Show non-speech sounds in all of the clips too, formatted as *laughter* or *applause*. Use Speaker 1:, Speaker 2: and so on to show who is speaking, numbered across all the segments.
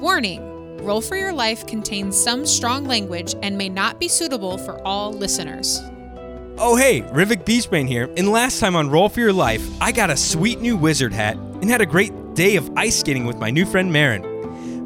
Speaker 1: Warning Roll for Your Life contains some strong language and may not be suitable for all listeners.
Speaker 2: Oh hey, Rivik Beachman here, and last time on Roll for Your Life, I got a sweet new wizard hat and had a great day of ice skating with my new friend Marin.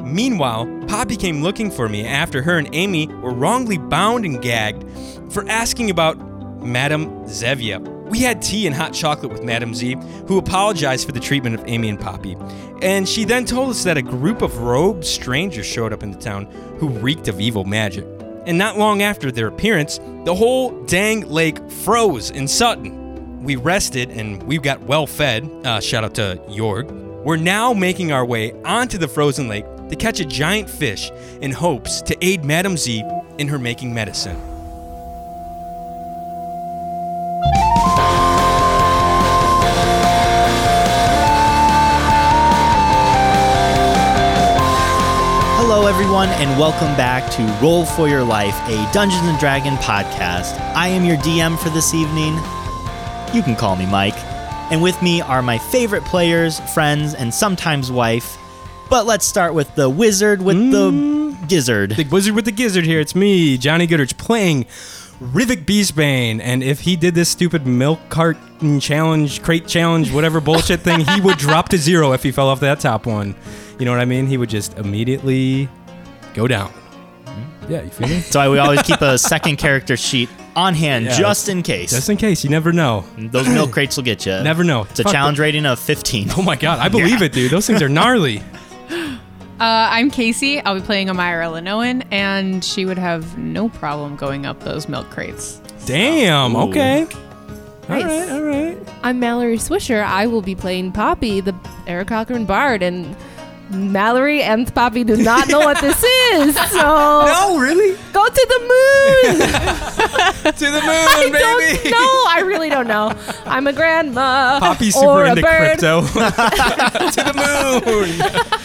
Speaker 2: Meanwhile, Poppy came looking for me after her and Amy were wrongly bound and gagged for asking about Madame Zevia. We had tea and hot chocolate with Madame Z, who apologized for the treatment of Amy and Poppy. And she then told us that a group of robed strangers showed up in the town who reeked of evil magic. And not long after their appearance, the whole dang lake froze in Sutton. We rested and we got well fed. Uh, shout out to Jorg. We're now making our way onto the frozen lake to catch a giant fish in hopes to aid Madame Z in her making medicine.
Speaker 3: Hello, everyone, and welcome back to Roll for Your Life, a Dungeons and Dragon podcast. I am your DM for this evening. You can call me Mike. And with me are my favorite players, friends, and sometimes wife. But let's start with the wizard with the gizzard.
Speaker 2: Mm.
Speaker 3: *laughs*
Speaker 2: The wizard with the gizzard here. It's me, Johnny Goodrich, playing Rivik Beastbane. And if he did this stupid milk cart challenge, crate challenge, whatever bullshit thing, he would drop to zero if he fell off that top one. You know what I mean? He would just immediately go down. Yeah, you feel me?
Speaker 3: That's why we always
Speaker 2: *laughs*
Speaker 3: keep a second character sheet on hand
Speaker 2: Yeah,
Speaker 3: just in case.
Speaker 2: Just in case, you never know.
Speaker 3: Those
Speaker 2: *clears throat*
Speaker 3: milk crates will get you.
Speaker 2: Never know.
Speaker 3: It's a challenge rating of 15.
Speaker 2: *laughs* Oh my god, I believe it, dude. Those things are
Speaker 3: *laughs*
Speaker 2: gnarly.
Speaker 1: Uh, I'm Casey. I'll be playing Amira Lenoan, and she would have no problem going up those milk crates.
Speaker 2: Damn.
Speaker 3: Ooh.
Speaker 2: Okay. All
Speaker 4: Nice.
Speaker 2: right. All right.
Speaker 4: I'm Mallory Swisher. I will be playing Poppy, the Eric Cochran Bard, and Mallory and Poppy do not know what this
Speaker 2: *laughs*
Speaker 4: is, so
Speaker 2: Oh, really?
Speaker 4: go to the
Speaker 2: *laughs*
Speaker 4: moon.
Speaker 2: to
Speaker 3: *laughs*
Speaker 2: the moon,
Speaker 4: I
Speaker 2: baby.
Speaker 4: don't know. I really don't know. I'm a grandma.
Speaker 2: Poppy's super
Speaker 4: or a
Speaker 2: into
Speaker 4: bird.
Speaker 2: crypto. *laughs*
Speaker 3: *laughs*
Speaker 2: to the moon.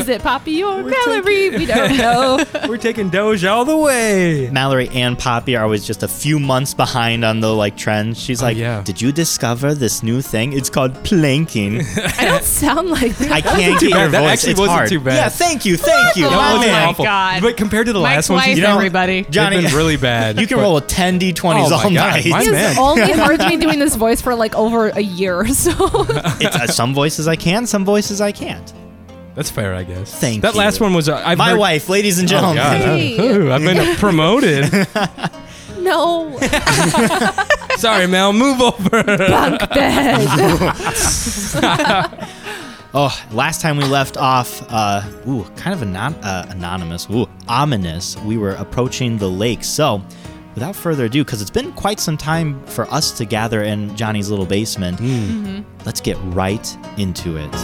Speaker 4: Is it Poppy or
Speaker 2: We're so
Speaker 4: Mallory? We don't know.
Speaker 2: We're taking Doge all the way.
Speaker 3: Mallory and Poppy are always just a few months behind on the like trends. She's like,
Speaker 2: Oh, yeah.
Speaker 3: "Did you discover this new thing? It's called
Speaker 2: *laughs*
Speaker 3: planking."
Speaker 4: I don't sound like that.
Speaker 3: I can't get
Speaker 2: bad.
Speaker 3: your
Speaker 2: That
Speaker 3: voice.
Speaker 2: actually
Speaker 3: it's
Speaker 2: wasn't
Speaker 3: hard.
Speaker 2: too bad.
Speaker 3: Yeah, thank you, thank you.
Speaker 1: Oh
Speaker 2: That
Speaker 3: Oh,
Speaker 2: was
Speaker 1: my
Speaker 3: man.
Speaker 2: awful.
Speaker 1: God.
Speaker 2: But compared to the
Speaker 1: Mike's
Speaker 2: last one,
Speaker 1: wife,
Speaker 3: you know-
Speaker 1: everybody.
Speaker 3: Jo- Johnny-
Speaker 2: they've been really bad.
Speaker 3: *laughs* You can
Speaker 2: but-
Speaker 3: roll ten d20s
Speaker 2: Oh my
Speaker 3: all
Speaker 2: God,
Speaker 3: night.
Speaker 2: my
Speaker 4: He
Speaker 2: man. *laughs*
Speaker 4: has only heard me doing this voice for like over a year, *laughs* so
Speaker 3: *laughs*
Speaker 2: *laughs*
Speaker 3: It's, uh, some voices I can, some voices I can't.
Speaker 2: That's fair, I guess.
Speaker 3: Thank
Speaker 2: that
Speaker 3: you.
Speaker 2: last one was. Uh, I've
Speaker 3: My
Speaker 2: heard-
Speaker 3: wife, ladies and
Speaker 2: Oh,
Speaker 3: gentlemen.
Speaker 2: God.
Speaker 4: Hey.
Speaker 2: *laughs* Ooh, I've been
Speaker 3: *laughs*
Speaker 2: promoted.
Speaker 4: no.
Speaker 2: Sorry, Mel. Move over. *laughs*
Speaker 3: Oh, last time we left off, uh, ooh, kind of anon- uh, anonymous, ooh, ominous. We were approaching the lake. So, without further ado, because it's been quite some time for us to gather in Johnny's little basement, let's get right into it.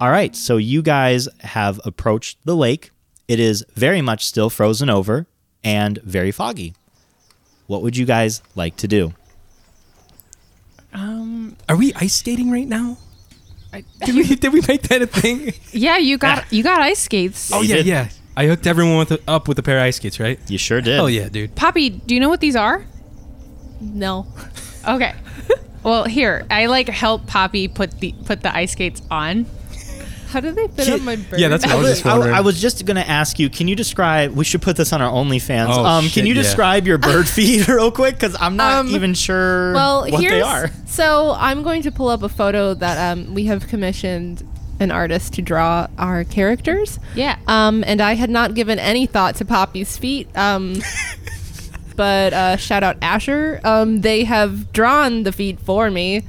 Speaker 3: All right, so you guys have approached the lake. It is very much still frozen over and very foggy. What would you guys like to do?
Speaker 2: Are we ice skating right now?
Speaker 1: *laughs*
Speaker 2: Did we, did we make that a thing?
Speaker 1: yeah, you got you got ice skates.
Speaker 2: Oh
Speaker 3: You
Speaker 2: yeah,
Speaker 3: did.
Speaker 2: yeah. I hooked everyone with up with a pair of ice skates, right?
Speaker 3: You sure did.
Speaker 2: Hell yeah, dude.
Speaker 1: Poppy, do you know what these are?
Speaker 4: No.
Speaker 1: *laughs* Okay. Well, here I like help Poppy put the put the ice skates on.
Speaker 4: How do they fit
Speaker 3: Ki-
Speaker 4: on my bird?
Speaker 2: Yeah, that's what I was just
Speaker 3: I,
Speaker 2: wondering.
Speaker 3: I was just going to ask you, can you describe, we should put this on our OnlyFans.
Speaker 2: Oh,
Speaker 3: um,
Speaker 2: shit,
Speaker 3: can you
Speaker 2: yeah.
Speaker 3: describe
Speaker 2: *laughs*
Speaker 3: your bird feed *laughs* real quick? Because I'm not
Speaker 4: Um,
Speaker 3: even sure
Speaker 4: well,
Speaker 3: what
Speaker 4: here's
Speaker 3: they are.
Speaker 4: *laughs* so I'm going to pull up a photo that um, we have commissioned an artist to draw our characters.
Speaker 1: Yeah.
Speaker 4: Um, and I had not given any thought to Poppy's feet.
Speaker 3: *laughs*
Speaker 4: Um, but uh, shout out Asher. Um, they have drawn the feet for me.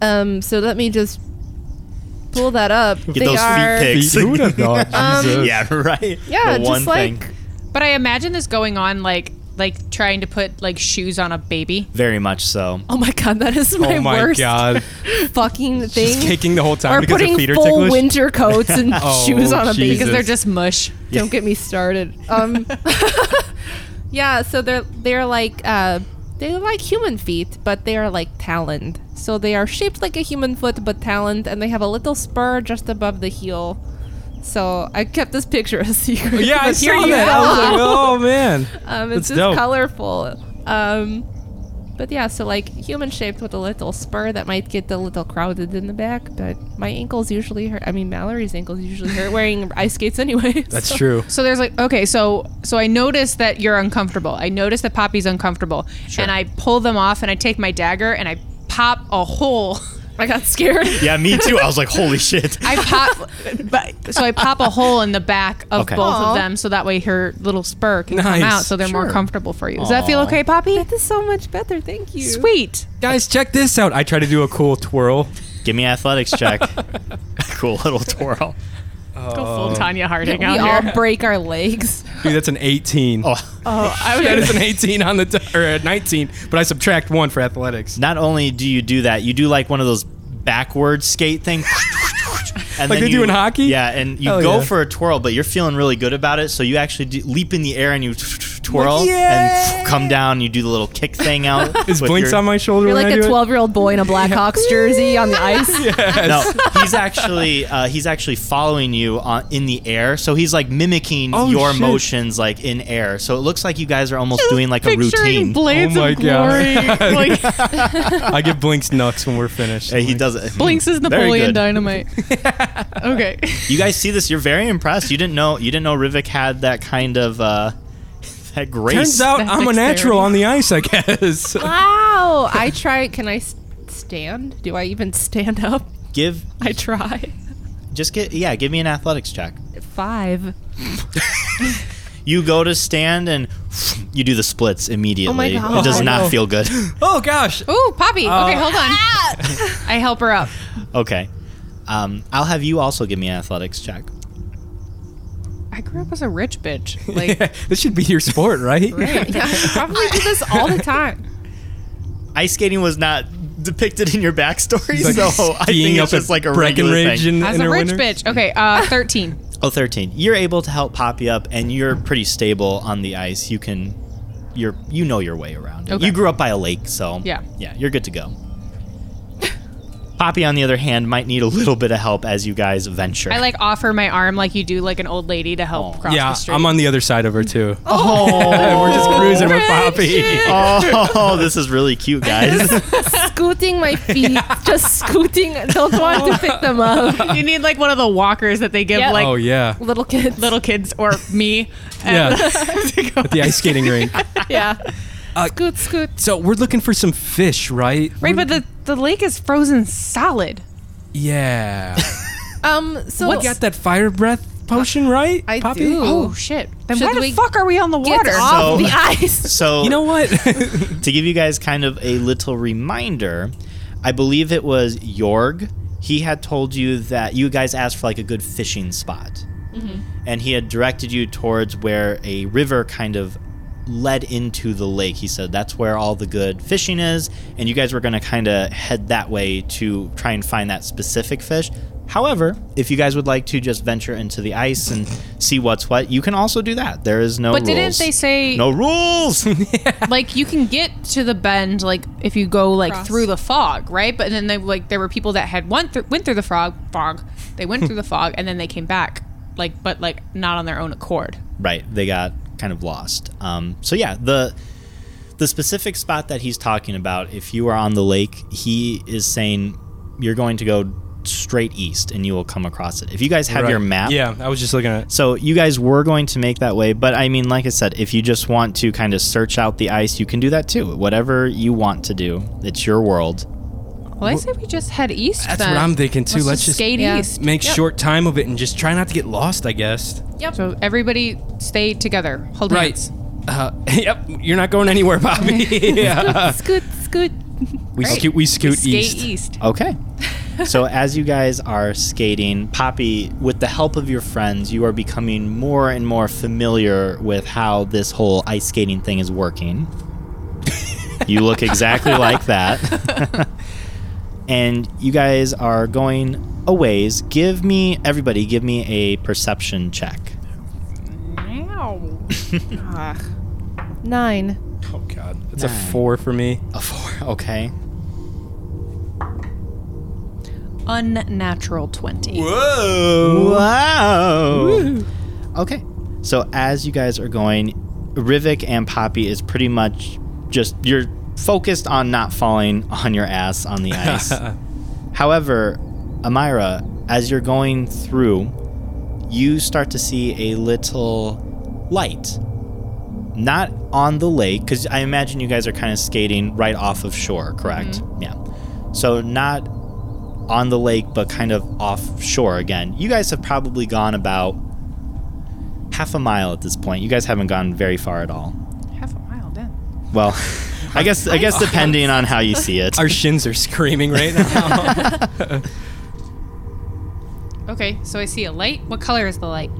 Speaker 4: Um, so let me just pull that up.
Speaker 3: Get those feet pics.
Speaker 2: Who
Speaker 3: *laughs*
Speaker 2: would have thought? *laughs* Jesus.
Speaker 3: yeah, right.
Speaker 4: Yeah,
Speaker 3: The
Speaker 4: just
Speaker 3: one
Speaker 4: like
Speaker 3: thing.
Speaker 1: But I imagine this going on like like trying to put like shoes on a baby.
Speaker 3: Very much so.
Speaker 4: oh my god, that is my,
Speaker 2: Oh my
Speaker 4: worst
Speaker 2: god.
Speaker 4: fucking thing.
Speaker 2: She's kicking the whole time
Speaker 4: Or
Speaker 2: because her
Speaker 4: putting
Speaker 2: feet are
Speaker 4: full
Speaker 2: ticklish.
Speaker 4: winter coats and
Speaker 2: Oh,
Speaker 4: shoes on a baby.
Speaker 2: Jesus.
Speaker 1: Because they're just mush.
Speaker 4: Don't get me started. Um, *laughs* yeah, so they're they're like uh, they are like human feet, but they are like taloned. So they are shaped like a human foot, but taloned, and they have a little spur just above the heel. So I kept this picture a
Speaker 2: *laughs*
Speaker 4: secret.
Speaker 2: yeah, I
Speaker 4: but *laughs* here
Speaker 2: saw
Speaker 4: you
Speaker 2: that.
Speaker 4: go.
Speaker 2: I was like, oh man.
Speaker 4: *laughs* Um,
Speaker 2: That's
Speaker 4: it's just
Speaker 2: dope.
Speaker 4: colorful. Um, But yeah, so like human shaped with a little spur that might get a little crowded in the back, but my ankles usually hurt. I mean, Mallory's ankles usually
Speaker 2: *laughs*
Speaker 4: hurt wearing ice skates anyway.
Speaker 2: That's
Speaker 4: so-
Speaker 2: true.
Speaker 1: So there's like okay, so so I notice that you're uncomfortable. I notice that Poppy's uncomfortable,
Speaker 2: Sure.
Speaker 1: and I pull them off, and I take my dagger and I pop a hole.
Speaker 4: I got scared.
Speaker 3: Yeah, me too. I was like, holy
Speaker 4: *laughs*
Speaker 3: shit.
Speaker 1: I pop, but so I pop a hole in the back of
Speaker 3: Okay.
Speaker 1: both
Speaker 4: Aw.
Speaker 1: of them, so that way her little spur can
Speaker 2: Nice.
Speaker 1: come out, so they're more
Speaker 3: Sure.
Speaker 1: comfortable for you. Does that feel
Speaker 3: Aw.
Speaker 1: okay, Poppy?
Speaker 4: That is so much better. Thank you.
Speaker 1: Sweet.
Speaker 2: Guys, check this out. I try to do a cool twirl.
Speaker 3: Give me athletics
Speaker 4: *laughs*
Speaker 3: check. cool little twirl.
Speaker 1: Go full Tanya Harding
Speaker 4: We
Speaker 1: out
Speaker 4: all
Speaker 1: here.
Speaker 4: break our legs.
Speaker 2: Dude, that's an 18.
Speaker 3: Oh,
Speaker 1: Oh, I
Speaker 2: *laughs* That is
Speaker 1: was,
Speaker 2: an 18 on the t- or a 19, but I subtract one for athletics.
Speaker 3: not only do you do that, you do like one of those backward
Speaker 2: *laughs*
Speaker 3: skate things. And
Speaker 2: Like they do
Speaker 3: you-
Speaker 2: in hockey?
Speaker 3: Yeah, and you
Speaker 2: Hell
Speaker 3: go
Speaker 2: yeah.
Speaker 3: for a twirl, but you're feeling really good about it, so you actually do, leap in the air and you twirl
Speaker 2: Like,
Speaker 3: and
Speaker 2: "Yay!"
Speaker 3: come down. You do the little kick thing
Speaker 2: *laughs*
Speaker 3: out.
Speaker 2: Is
Speaker 3: with
Speaker 2: Blinks
Speaker 3: your-
Speaker 2: on my shoulder
Speaker 4: You're
Speaker 2: when
Speaker 4: like
Speaker 2: I
Speaker 4: a
Speaker 2: do it?
Speaker 4: 12 year old boy in a Blackhawks jersey on the ice.
Speaker 3: No, *laughs* he's actually uh, he's actually following you on, in the air, so he's like mimicking
Speaker 2: Oh,
Speaker 3: your
Speaker 2: shit.
Speaker 3: motions like in air. So it looks like you guys are almost doing like a
Speaker 1: picturing
Speaker 3: routine.
Speaker 1: Blades
Speaker 2: Oh my
Speaker 1: of Glory. like,
Speaker 2: I give Blinks nuts when we're finished.
Speaker 3: Hey, he does it.
Speaker 1: Blinks is
Speaker 3: *laughs* Very
Speaker 1: Napoleon
Speaker 3: good.
Speaker 1: Dynamite. Okay.
Speaker 3: You guys see this? You're very impressed. You didn't know you didn't know Rivik had that kind of uh, *laughs* that grace.
Speaker 2: Turns out
Speaker 1: That's
Speaker 2: I'm a natural
Speaker 1: dexterity.
Speaker 2: on the ice, I guess.
Speaker 4: Wow. *laughs* I try. Can I s- stand? Do I even stand up? *laughs*
Speaker 3: give
Speaker 4: I try.
Speaker 3: just get yeah. Give me an athletics check.
Speaker 4: Five.
Speaker 3: You go to stand and you do the splits immediately.
Speaker 4: God.
Speaker 3: It does not feel good.
Speaker 2: *laughs*
Speaker 3: *laughs*
Speaker 2: oh gosh.
Speaker 1: Ooh, Poppy. okay,
Speaker 2: Uh,
Speaker 1: hold on.
Speaker 2: *laughs*
Speaker 1: I help her up.
Speaker 3: okay, um, I'll have you also give me an athletics check.
Speaker 1: I grew up as a rich
Speaker 2: *laughs*
Speaker 1: bitch. Like, *laughs*
Speaker 2: this should be your sport,
Speaker 3: *laughs*
Speaker 2: right?
Speaker 4: Yeah, I probably do this all the time.
Speaker 3: Ice skating was not depicted in your backstory,
Speaker 2: *laughs* Like
Speaker 3: *laughs* so I
Speaker 2: skiing
Speaker 3: think
Speaker 2: up
Speaker 3: it's just
Speaker 2: at
Speaker 3: like a regular
Speaker 2: Breckenridge *laughs*
Speaker 3: thing.
Speaker 2: in,
Speaker 1: as
Speaker 2: in
Speaker 1: a
Speaker 2: her
Speaker 1: rich
Speaker 2: winter.
Speaker 1: bitch. Okay, uh, 13.
Speaker 3: Oh, 13. You're able to help Poppy up, and you're pretty stable on the ice. You can, you're you know your way around. it.
Speaker 1: Okay.
Speaker 3: You grew up by a lake, so
Speaker 1: Yeah.
Speaker 3: yeah, you're good to go. *laughs* Poppy, on the other hand, might need a little bit of help as you guys venture.
Speaker 1: I like offer my arm like you do like an old lady to help
Speaker 3: Aw.
Speaker 1: cross
Speaker 2: Oh. Yeah,
Speaker 1: the street.
Speaker 2: I'm on the other side of her
Speaker 3: *laughs*
Speaker 2: too.
Speaker 1: *laughs*
Speaker 3: Oh,
Speaker 2: we're just cruising with Poppy.
Speaker 3: *laughs* oh, this is really cute, guys.
Speaker 4: Scooting
Speaker 1: *laughs*
Speaker 4: my feet, just scooting. Don't want to pick
Speaker 1: *laughs*
Speaker 4: them up.
Speaker 1: you need like one of the walkers that they give
Speaker 4: Yeah.
Speaker 1: like
Speaker 2: *laughs* Oh yeah.
Speaker 4: Little kids.
Speaker 1: little kids or
Speaker 2: *laughs*
Speaker 1: me.
Speaker 2: Yeah.
Speaker 1: And- *laughs* to go-
Speaker 2: The ice skating
Speaker 3: *laughs*
Speaker 2: rink.
Speaker 4: Yeah.
Speaker 2: Uh,
Speaker 4: scoot, scoot.
Speaker 2: So we're looking for some fish, right?
Speaker 1: right, but the, the lake is frozen solid. *laughs*
Speaker 2: Yeah.
Speaker 4: Um. So
Speaker 2: You got that fire breath potion, right?
Speaker 4: I
Speaker 2: Poppy?
Speaker 4: do.
Speaker 1: Oh shit. Then
Speaker 4: Should
Speaker 1: why the
Speaker 4: we
Speaker 1: fuck are we on the
Speaker 4: get
Speaker 1: water?
Speaker 4: off
Speaker 3: So-
Speaker 4: *laughs* the ice.
Speaker 3: So
Speaker 2: You know what?
Speaker 1: Mm-hmm.
Speaker 3: to give you guys kind of a little reminder, I believe it was Jorg. He had told you that you guys asked for like a good fishing spot.
Speaker 1: Mm-hmm.
Speaker 3: And he had directed you towards where a river kind of led into the lake. He said that's where all the good fishing is. And you guys were going to kind of head that way to try and find that specific fish. However, if you guys would like to just venture into the ice and see what's what, you can also do that. There is no
Speaker 1: But didn't
Speaker 3: rules.
Speaker 1: they say-
Speaker 3: no rules? *laughs*
Speaker 1: like you can get to the bend like if you go like
Speaker 4: Cross.
Speaker 1: through the fog right but then they like there were people that had went through went through the frog fog they went *laughs* through the fog and then they came back like but like not on their own accord
Speaker 3: Right. They got kind of lost. Um, so yeah, the the specific spot that he's talking about, if you are on the lake, he is saying you're going to go straight east and you will come across it. If you guys *laughs*
Speaker 2: *laughs*
Speaker 3: have your
Speaker 2: Right.
Speaker 3: map,
Speaker 2: Yeah, I was just looking at it.
Speaker 3: so you guys were going to make that way, but I mean, like I said, if you just want to kind of search out the ice, you can do that too. Whatever you want to do, it's your world.
Speaker 1: well i say we just head east
Speaker 2: That's
Speaker 1: then.
Speaker 2: what I'm thinking too.
Speaker 1: Let's,
Speaker 2: Let's
Speaker 1: just,
Speaker 2: just
Speaker 1: skate
Speaker 4: Yeah.
Speaker 1: east
Speaker 2: make short time of it and just try not to get lost, I guess.
Speaker 1: so everybody stay together hold hands
Speaker 2: Uh, *laughs* yep, you're not going anywhere, Bobby. *laughs*
Speaker 3: *laughs*
Speaker 2: yeah.
Speaker 4: Scoot, scoot.
Speaker 2: We scoot we scoot
Speaker 1: skate
Speaker 2: east.
Speaker 1: east,
Speaker 3: Okay. so as you guys are skating, Poppy, with the help of your friends, you are becoming more and more familiar with how this whole ice skating thing is working. you look exactly like that. and you guys are going a ways. Give me everybody, give me a perception check.
Speaker 4: Nine.
Speaker 2: Oh god. That's a 4 for me.
Speaker 3: A 4. Okay.
Speaker 1: unnatural 20
Speaker 2: Whoa.
Speaker 3: Wow. Okay. So as you guys are going, Rivik and Poppy is pretty much just you're focused on not falling on your ass on the ice. However, Amira, as you're going through, you start to see a little light. Not on the lake, because I imagine you guys are kind of skating right off of shore, correct? Yeah. So, not on the lake, but kind of offshore again. You guys have probably gone about half a mile at this point. You guys haven't gone very far at all.
Speaker 1: Half a mile, then.
Speaker 3: Well, I guess I guess depending on how you see it.
Speaker 2: Our shins *laughs* are screaming right now.
Speaker 1: *laughs*
Speaker 2: *laughs*
Speaker 1: Okay, so I see a light. What color is the light?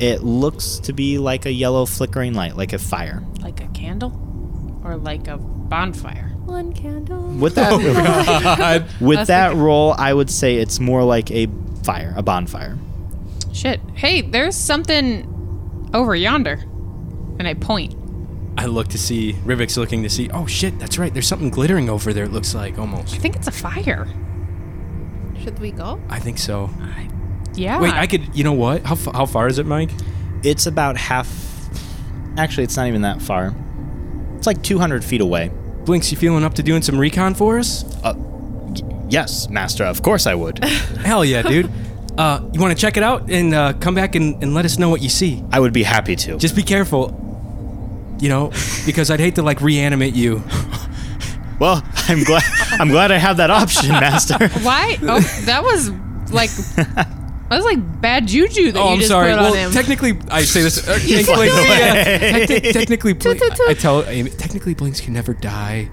Speaker 3: It looks to be like a yellow flickering light, like a fire.
Speaker 1: Like a candle, or like a bonfire?
Speaker 4: One candle.
Speaker 3: With that
Speaker 2: God.
Speaker 3: with
Speaker 1: was
Speaker 3: that roll, I would say it's more like a fire, a bonfire.
Speaker 1: Shit. Hey, there's something over yonder, and I point.
Speaker 2: I look to see Rivik's looking to see. Oh shit, that's right. There's something glittering over there. It looks like
Speaker 1: I
Speaker 2: almost.
Speaker 1: think it's a fire.
Speaker 4: Should we go?
Speaker 2: I think so.
Speaker 1: Ah. Yeah.
Speaker 2: Wait, I could. You know what? How f- how far is it, Mike?
Speaker 3: It's about half. Actually, it's not even that far. It's like 200 feet away. Uh,
Speaker 2: Blinks, you feeling up to doing some recon for us?
Speaker 3: Yes, master. Of course I would.
Speaker 2: Hell
Speaker 1: *laughs*
Speaker 2: yeah, dude. Uh, you want to check it out and uh, come back and, and let us know what you see.
Speaker 3: I would be happy to.
Speaker 2: Just be careful, you know, because I'd hate to like reanimate you.
Speaker 3: well, *laughs* I'm glad. I'm glad I have that
Speaker 4: *laughs*
Speaker 3: option, master.
Speaker 1: Why?
Speaker 2: *laughs*
Speaker 1: Oh, that was like that was like bad juju that
Speaker 2: Oh,
Speaker 1: you
Speaker 2: I'm
Speaker 1: just
Speaker 2: sorry.
Speaker 1: put on
Speaker 2: Well,
Speaker 1: him.
Speaker 2: technically, I say this. Uh, technically,
Speaker 3: No
Speaker 2: yeah,
Speaker 3: way.
Speaker 2: techni- technically, Blink,
Speaker 4: toot, toot.
Speaker 2: I tell Amy, technically, Blinks can never die.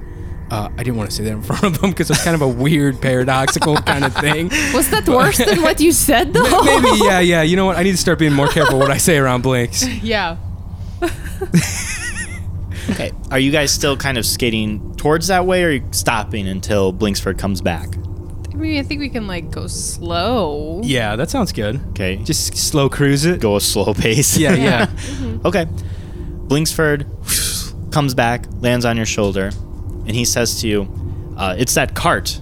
Speaker 2: Uh, I didn't want to say that in *laughs* front of him because it's kind of a weird, paradoxical kind of thing.
Speaker 4: Was that worse than what you *laughs* said though?
Speaker 2: Maybe, yeah, yeah. You know what? I need to start being more careful what I say around Blinks.
Speaker 1: yeah.
Speaker 3: Okay. Are you guys still kind of skating towards that way, or are you stopping until Blinksford comes back?
Speaker 1: I mean, I think we can like go slow.
Speaker 2: Yeah, that sounds good.
Speaker 3: Okay. Just
Speaker 2: Just slow cruise it.
Speaker 3: go a slow pace.
Speaker 2: Yeah, yeah.
Speaker 3: *laughs* Okay. Blinksford comes back, lands on your shoulder, and he says to you, uh, "It's that cart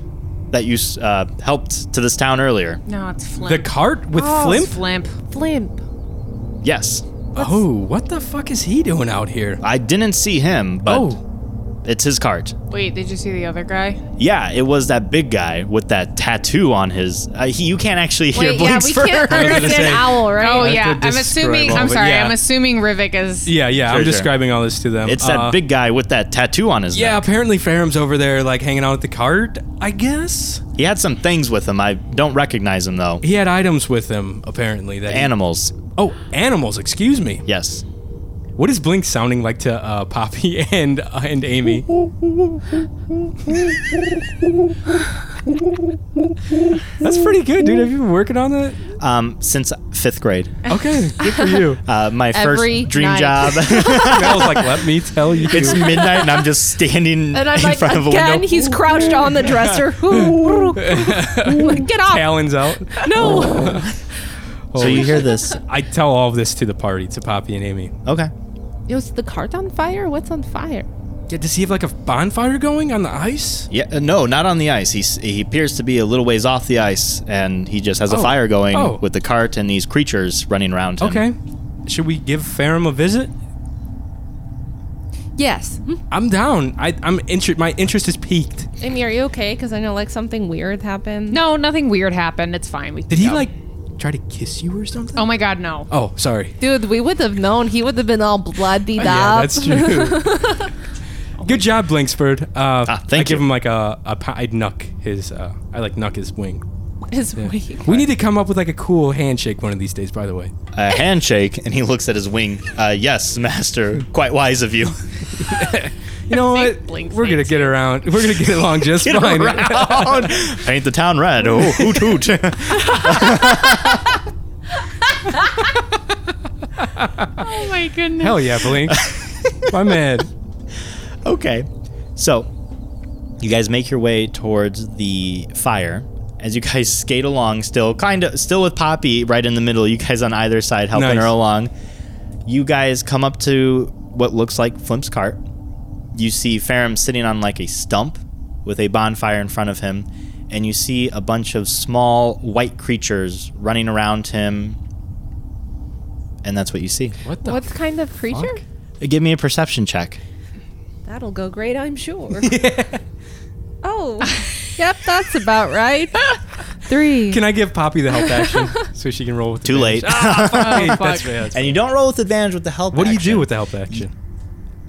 Speaker 3: that you s- uh, helped to this town earlier."
Speaker 1: No, it's flimp.
Speaker 2: The cart with
Speaker 4: Oh,
Speaker 2: Flimp?
Speaker 1: It's flimp.
Speaker 4: Flimp.
Speaker 3: Yes,
Speaker 2: Oh, what the fuck is he doing out here?
Speaker 3: I didn't see him, but
Speaker 2: oh,
Speaker 3: it's his cart.
Speaker 1: Wait, did you see the other guy?
Speaker 3: Yeah, it was that big guy with that tattoo on his. Uh, he, you can't actually hear
Speaker 4: Wait, yeah, we
Speaker 3: Blinksford.
Speaker 4: can't
Speaker 2: I was gonna
Speaker 4: *laughs* understand
Speaker 2: say.
Speaker 4: owl, right?
Speaker 1: Oh
Speaker 2: That's
Speaker 1: yeah, I'm
Speaker 2: the
Speaker 1: assuming.
Speaker 2: describable,
Speaker 1: I'm
Speaker 2: but
Speaker 1: sorry.
Speaker 2: yeah.
Speaker 1: I'm assuming Rivik is.
Speaker 2: yeah, yeah.
Speaker 3: Sure,
Speaker 2: I'm
Speaker 3: sure.
Speaker 2: describing all this to them.
Speaker 3: It's that
Speaker 2: Uh,
Speaker 3: big guy with that tattoo on his.
Speaker 2: Yeah,
Speaker 3: neck.
Speaker 2: apparently Faram's over there, like hanging out at the cart. I guess
Speaker 3: he had some things with him. I don't recognize him though.
Speaker 2: he had items with him. Apparently that he-
Speaker 3: Animals.
Speaker 2: oh, animals. Excuse me.
Speaker 3: Yes.
Speaker 2: What is Blink sounding like to uh, Poppy *laughs* and uh, and Amy? That's pretty good, dude. Have you been working on that?
Speaker 3: Um, since fifth grade,
Speaker 2: Okay, good for
Speaker 3: *laughs*
Speaker 2: you.
Speaker 3: uh, my
Speaker 4: Every
Speaker 3: first dream
Speaker 4: night. *laughs*
Speaker 3: job. *laughs*
Speaker 2: I was like, let me tell you.
Speaker 3: it's midnight, and I'm just standing
Speaker 4: And I'm
Speaker 3: in
Speaker 4: like,
Speaker 3: front of a
Speaker 4: again,
Speaker 3: window.
Speaker 4: he's crouched on the dresser. *laughs* Get off!
Speaker 2: Talons out.
Speaker 4: *laughs* No!
Speaker 3: so Oh, you hear this?
Speaker 2: I tell all of this to the party, to Poppy and Amy.
Speaker 3: *laughs* Okay.
Speaker 4: Is the cart on fire? What's on fire?
Speaker 2: Yeah, does he have like a bonfire going on the ice?
Speaker 3: Yeah. uh, No, not on the ice. He's, he appears to be a little ways off the ice, and he just has a
Speaker 2: Oh.
Speaker 3: fire going
Speaker 2: Oh.
Speaker 3: with the cart and these creatures running around him.
Speaker 2: Okay. Should we give Faram a visit?
Speaker 4: Yes.
Speaker 2: I'm down. I, I'm inter- My interest is peaked.
Speaker 4: Amy, are you okay? Because I know like something weird happened.
Speaker 1: No, nothing weird happened. It's fine. We can
Speaker 2: Did he
Speaker 1: go.
Speaker 2: like try to kiss you or something?
Speaker 1: Oh my god, no.
Speaker 2: Oh, sorry.
Speaker 4: Dude, we would have known. He would have been all
Speaker 2: *laughs*
Speaker 4: bloodied
Speaker 2: Yeah,
Speaker 4: up.
Speaker 2: that's true. *laughs* Good job, Blinksford. Uh,
Speaker 3: thank
Speaker 2: I give
Speaker 3: you.
Speaker 2: him like a, a pa- I'd knuck his. Uh, I like knuck his wing.
Speaker 4: *laughs* His wig.
Speaker 2: We need to come up with like a cool handshake one of these days. By the way,
Speaker 3: A handshake, and he looks at his wing. Uh, yes, *laughs* master. Quite wise of you.
Speaker 2: you know
Speaker 1: Think
Speaker 2: what?
Speaker 1: Blink
Speaker 2: We're gonna
Speaker 1: thinks
Speaker 2: get around. We're gonna get along just
Speaker 3: Get
Speaker 2: fine.
Speaker 3: around. *laughs* Paint the town red. Oh, hoot hoot.
Speaker 1: Oh my goodness.
Speaker 2: *laughs* Hell yeah, Blink. My man.
Speaker 3: *laughs* Okay. So, you guys make your way towards the fire. As you guys skate along, still kind of, still with Poppy right in the middle. You guys on either side helping
Speaker 2: Nice.
Speaker 3: her along. You guys come up to what looks like Flimp's cart. You see Farum sitting on like a stump with a bonfire in front of him, and you see a bunch of small white creatures running around him. And that's what you see.
Speaker 2: What the?
Speaker 4: What kind of creature?
Speaker 2: Fuck.
Speaker 3: Give me a perception check.
Speaker 5: That'll go great, I'm
Speaker 4: *laughs*
Speaker 5: sure. Oh,
Speaker 4: Yep, that's about *laughs* right.
Speaker 5: three.
Speaker 2: *laughs* Can I give Poppy the help action so she can roll with
Speaker 3: Too
Speaker 2: advantage?
Speaker 3: late.
Speaker 2: *laughs* Ah, fuck me.
Speaker 1: Oh, fuck.
Speaker 2: That's bad. That's
Speaker 3: *laughs* and you don't roll with advantage with the help.
Speaker 2: What do you do
Speaker 3: action.
Speaker 2: with the help action?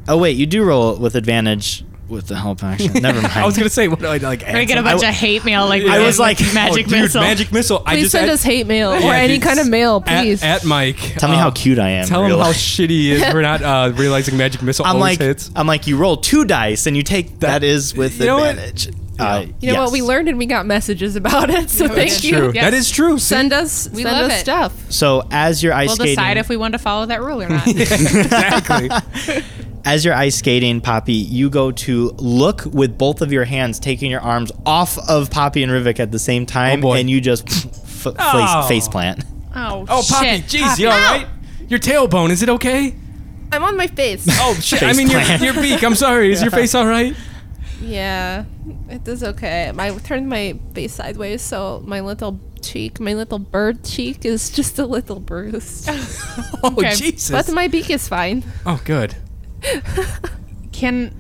Speaker 3: Oh wait, you do roll with advantage with the help action.
Speaker 2: *laughs*
Speaker 3: Never mind.
Speaker 2: I was gonna say, what do I like? add
Speaker 1: We're gonna get a
Speaker 2: some-
Speaker 1: bunch of hate mail. Like
Speaker 3: I
Speaker 1: we
Speaker 3: was
Speaker 1: did with
Speaker 3: like, oh,
Speaker 2: oh,
Speaker 1: magic
Speaker 2: dude,
Speaker 1: missile.
Speaker 2: magic missile. I
Speaker 4: Please
Speaker 2: just
Speaker 4: send
Speaker 2: add-
Speaker 4: us hate mail
Speaker 2: Yeah,
Speaker 4: or any
Speaker 2: dude,
Speaker 4: kind of mail,
Speaker 2: at-
Speaker 4: please.
Speaker 2: At, Mike.
Speaker 3: Tell me
Speaker 2: uh,
Speaker 3: how cute I am.
Speaker 2: Tell
Speaker 3: in
Speaker 2: him
Speaker 3: real
Speaker 2: how
Speaker 3: life.
Speaker 2: shitty he is for not uh, realizing magic missile
Speaker 3: I'm
Speaker 2: always
Speaker 3: like,
Speaker 2: hits.
Speaker 3: I'm like, you roll two dice and you take that is with
Speaker 2: You know what?
Speaker 3: advantage. Uh,
Speaker 4: you know what? We learned and we got messages about it, so
Speaker 1: Yeah,
Speaker 4: thank
Speaker 1: that's
Speaker 4: you.
Speaker 2: True.
Speaker 1: Yes.
Speaker 2: That is true. See?
Speaker 4: Send us,
Speaker 1: We
Speaker 4: send
Speaker 1: love
Speaker 4: us
Speaker 1: it.
Speaker 4: stuff.
Speaker 3: So as you're ice
Speaker 1: We'll
Speaker 3: skating,
Speaker 1: decide if we want to follow that rule or
Speaker 3: *laughs*
Speaker 1: not.
Speaker 4: *laughs*
Speaker 2: exactly.
Speaker 3: as you're ice skating, Poppy, you go to look with both of your hands, taking your arms off of Poppy and Rivik at the same time,
Speaker 2: Oh, boy.
Speaker 3: and you just *laughs* f-
Speaker 2: Oh.
Speaker 3: face, face plant.
Speaker 1: Oh,
Speaker 2: Oh, Poppy,
Speaker 1: shit.
Speaker 2: jeez, you all right? Your tailbone, is it okay?
Speaker 4: I'm on
Speaker 2: *laughs*
Speaker 4: my face. *laughs*
Speaker 2: Oh shit! I
Speaker 3: Face
Speaker 2: mean, your,
Speaker 3: plant.
Speaker 2: your beak. I'm sorry.
Speaker 3: *laughs*
Speaker 2: Is your face all right?
Speaker 4: Yeah, it is okay. I turned my face sideways, so my little cheek, my little bird cheek, is just a
Speaker 2: *laughs*
Speaker 4: little bruised.
Speaker 2: Oh
Speaker 1: Okay.
Speaker 2: Jesus!
Speaker 4: but my beak is fine.
Speaker 2: *laughs* oh good.
Speaker 1: Can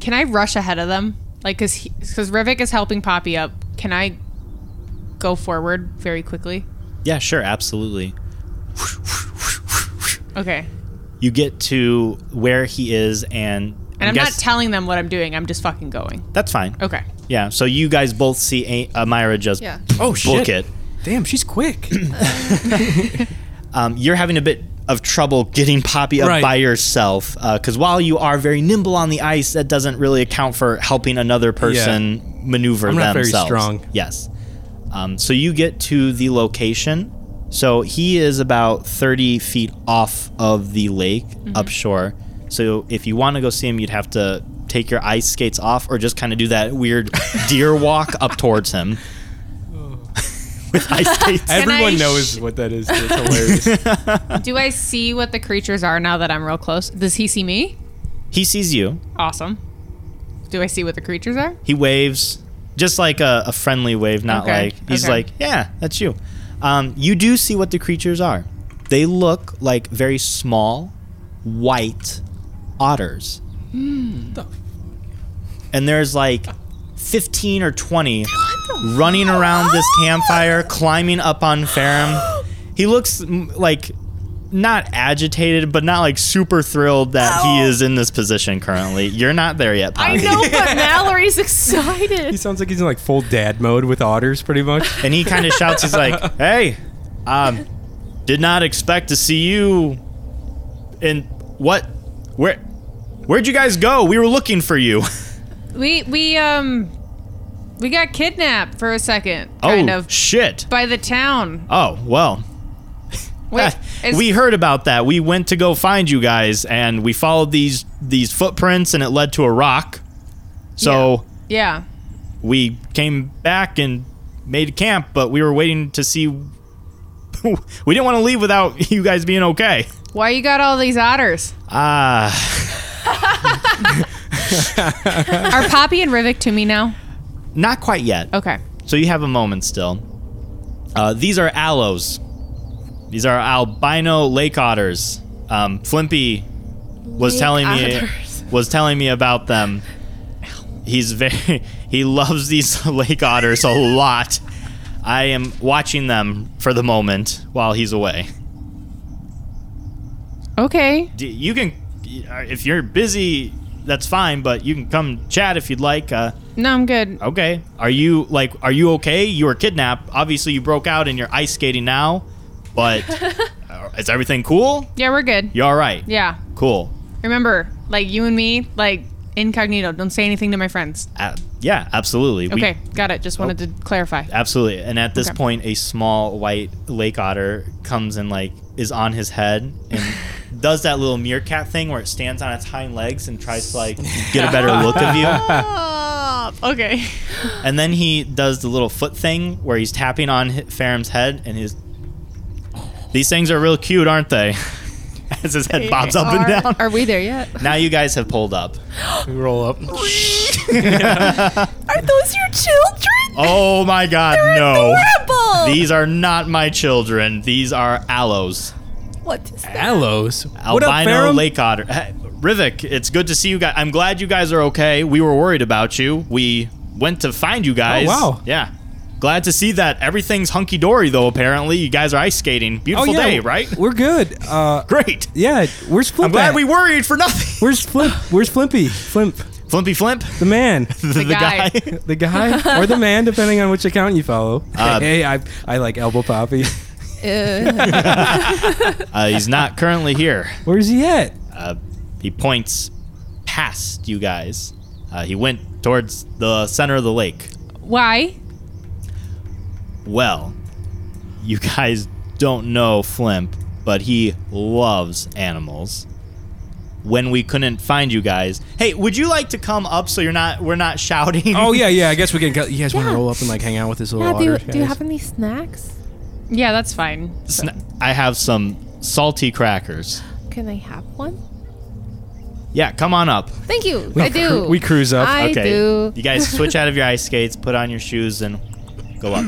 Speaker 1: can I rush ahead of them? Like, cause because Rivik is helping Poppy up. Can I go forward very quickly?
Speaker 3: Yeah, sure, absolutely.
Speaker 1: Okay.
Speaker 3: You get to where he is, and
Speaker 1: And I'm not
Speaker 3: guess-
Speaker 1: telling them what I'm doing. I'm just fucking going.
Speaker 3: that's fine. *laughs*
Speaker 1: Okay.
Speaker 3: Yeah, so you guys both see a- Amira just
Speaker 4: Yeah.
Speaker 2: Oh shit!
Speaker 3: book it.
Speaker 2: Damn, she's
Speaker 4: *clears throat*
Speaker 2: quick.
Speaker 3: Um, you're having a bit of trouble getting Poppy up
Speaker 2: Right.
Speaker 3: by yourself because while you are very nimble on the ice, that doesn't really account for helping another person maneuver
Speaker 2: I'm not very
Speaker 3: themselves.
Speaker 2: strong.
Speaker 3: Yes. Um, so you get to the location. So he is about 30 feet off of the lake upshore. So if you want to go see him, you'd have to take your ice skates off or just kind of do
Speaker 2: *laughs*
Speaker 3: that weird deer walk up towards him.
Speaker 2: Oh.
Speaker 3: *laughs* With ice skates.
Speaker 2: Everyone
Speaker 1: I
Speaker 2: knows
Speaker 1: sh-
Speaker 2: what that is. It's hilarious.
Speaker 1: Do I see what the creatures are now that I'm real close? Does he see me?
Speaker 3: he sees you.
Speaker 1: Awesome. Do I see what the creatures are?
Speaker 3: He waves, just like a, a friendly wave, not
Speaker 1: Okay,
Speaker 3: like he's
Speaker 1: okay.
Speaker 3: like, yeah, that's you. Um, you do see what the creatures are. They look like very small, white otters, and there's like fifteen or twenty running around this campfire, climbing up on Farum. He looks mm, like not agitated, but not like super thrilled that he is in this position currently. You're not there yet, *laughs* Poppy.
Speaker 4: but
Speaker 3: *laughs*
Speaker 4: Mallory's excited.
Speaker 2: he sounds like he's in like full dad mode with otters, pretty much.
Speaker 3: and he kind of shouts, he's like, "Hey, um, did not expect to see you." And what? Where? Where'd you guys go? We were looking for you. *laughs*
Speaker 1: We we um we got kidnapped for a second, kind
Speaker 3: oh
Speaker 1: of
Speaker 3: shit!
Speaker 1: by the town.
Speaker 3: Oh well. Eh,
Speaker 1: Wait, is-
Speaker 3: Ah, we heard about that. We went to go find you guys, and we followed these these footprints, and it led to a rock. So
Speaker 1: yeah.
Speaker 3: we came back and made camp, but we were waiting to see. *laughs* we didn't want to leave without you guys being okay.
Speaker 1: Why you got all these otters?
Speaker 3: Ah.
Speaker 1: Are Poppy and Rivik to me now?
Speaker 3: Not quite yet.
Speaker 1: Okay.
Speaker 3: So you have a moment still. Uh, these are aloes. These are albino lake otters. Um, Flimpy was telling
Speaker 4: otters.
Speaker 3: me was telling me about them. He's very *laughs* he loves these *laughs* lake otters a lot. I am watching them for the moment while he's away.
Speaker 1: Okay.
Speaker 3: D- You can if you're busy, that's fine, but you can come chat if you'd like. Uh,
Speaker 1: No, I'm good.
Speaker 3: Okay. Are you like are you okay? You were kidnapped. Obviously you broke out and you're ice skating now,
Speaker 1: *laughs*
Speaker 3: but uh, is everything cool?
Speaker 1: Yeah, we're good.
Speaker 3: You all right?
Speaker 1: Yeah.
Speaker 3: Cool.
Speaker 1: Remember, like you and me, like incognito. Don't say anything to my friends.
Speaker 3: Uh, yeah, absolutely. We-
Speaker 1: Okay, got it. Just wanted to clarify.
Speaker 3: absolutely. And at this
Speaker 1: Okay.
Speaker 3: point a small white lake otter comes and like is on his head
Speaker 1: *laughs*
Speaker 3: and does that little meerkat thing where it stands on its hind legs and tries to like get a better look of
Speaker 1: *laughs*
Speaker 3: you.
Speaker 4: Ah,
Speaker 1: okay.
Speaker 3: And then he does the little foot thing where he's tapping on hi- Faram's head, and his these things are real cute, aren't they? *laughs* As his head bobs up and down.
Speaker 4: Are we there yet?
Speaker 3: Now you guys have pulled up.
Speaker 2: We roll up.
Speaker 4: Are those your children?
Speaker 3: Oh my God, no!
Speaker 4: Adorable.
Speaker 3: These are not my children. These are aloes,
Speaker 4: what is that?
Speaker 2: Aloes. What up,
Speaker 3: albino
Speaker 2: Farum?
Speaker 3: lake otter. Rivik, it's good to see you guys. I'm glad you guys are okay. We were worried about you. We went to find you guys.
Speaker 2: Oh, wow.
Speaker 3: Yeah. Glad to see that everything's hunky dory, though, apparently. You guys are ice skating.
Speaker 2: Oh
Speaker 3: Beautiful
Speaker 2: yeah,
Speaker 3: day, right?
Speaker 2: We're good. Uh,
Speaker 3: Great.
Speaker 2: yeah, where's Flimp?
Speaker 3: I'm glad
Speaker 2: at?
Speaker 3: we worried for nothing.
Speaker 2: Where's Flimp? Where's Flimpy? Flimp,
Speaker 3: *laughs* Flimpy Flimp,
Speaker 2: the *laughs* man,
Speaker 1: The guy.
Speaker 2: the guy, or the man, depending on which account you *laughs* follow.
Speaker 3: Uh,
Speaker 2: hey, I I like Elbow Poppy. *laughs*
Speaker 4: Uh,
Speaker 3: uh, he's not currently here.
Speaker 2: Where's he at?
Speaker 3: Uh, he points past you guys. Uh, he went towards the center of the lake.
Speaker 1: Why?
Speaker 3: Well, you guys don't know Flimp, but he loves animals. When we couldn't find you guys, hey, would you like to come up so you're not we're not shouting?
Speaker 2: Oh
Speaker 3: *laughs*
Speaker 2: yeah, yeah. I guess we can. Go, you guys want
Speaker 4: Yeah.
Speaker 2: to roll up and like hang out with this little
Speaker 4: yeah, Ah, do, you,
Speaker 2: otter?
Speaker 4: do you
Speaker 2: guys?
Speaker 4: have any snacks?
Speaker 1: Yeah, that's fine.
Speaker 3: Sna- I have some salty crackers.
Speaker 4: Can I have one?
Speaker 3: Yeah, come on up.
Speaker 4: Thank you. I do.
Speaker 2: we cruise up.
Speaker 4: I
Speaker 3: okay.
Speaker 4: do.
Speaker 3: You guys switch out of your ice skates, put on your shoes, and go up.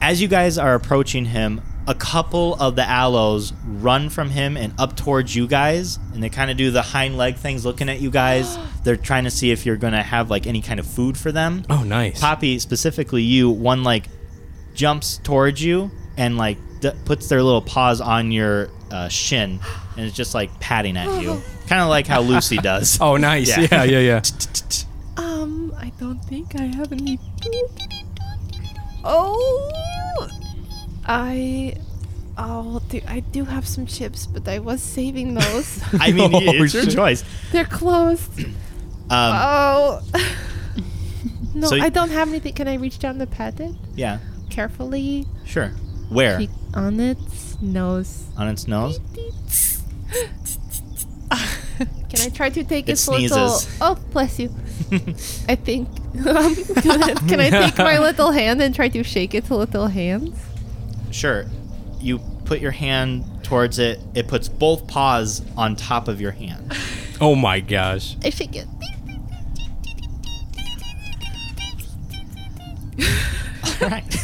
Speaker 3: As you guys are approaching him, a couple of the aloes run from him and up towards you guys, and they kind of do the hind leg things, looking at you guys.
Speaker 4: *gasps*
Speaker 3: They're trying to see if you're gonna have like any kind of food for them.
Speaker 2: Oh, nice.
Speaker 3: Poppy, specifically you, one like jumps towards you and like d- puts their little paws on your uh, shin, and it's just like patting at
Speaker 4: *gasps*
Speaker 3: you, kind of like how Lucy does. *laughs*
Speaker 2: Oh, nice.
Speaker 3: Yeah.
Speaker 2: Yeah, yeah, yeah.
Speaker 4: Um, I don't think I have any. Oh, I. Oh, do, I do have some chips, but I was
Speaker 2: *laughs*
Speaker 4: saving those.
Speaker 3: *laughs*
Speaker 4: *laughs*
Speaker 3: I mean,
Speaker 2: Oh,
Speaker 3: it's your
Speaker 2: shit.
Speaker 3: choice.
Speaker 4: They're closed.
Speaker 3: Um,
Speaker 2: *laughs*
Speaker 4: Oh. no,
Speaker 3: So you-
Speaker 4: I don't have anything. Can I reach down to pet it
Speaker 3: yeah,
Speaker 4: carefully?
Speaker 3: sure. Where?
Speaker 4: Peek on its nose.
Speaker 3: On its
Speaker 4: *laughs*
Speaker 3: nose?
Speaker 4: Can I try to take
Speaker 3: It
Speaker 4: its little?
Speaker 3: sneezes.
Speaker 4: Oh, bless you. I think. *laughs* Um, can I take *laughs* my little hand and try to shake its little hands?
Speaker 3: sure. You put your hand towards it, it puts both paws on top of your hand.
Speaker 2: *laughs* Oh my gosh.
Speaker 4: I shake it.
Speaker 3: All right.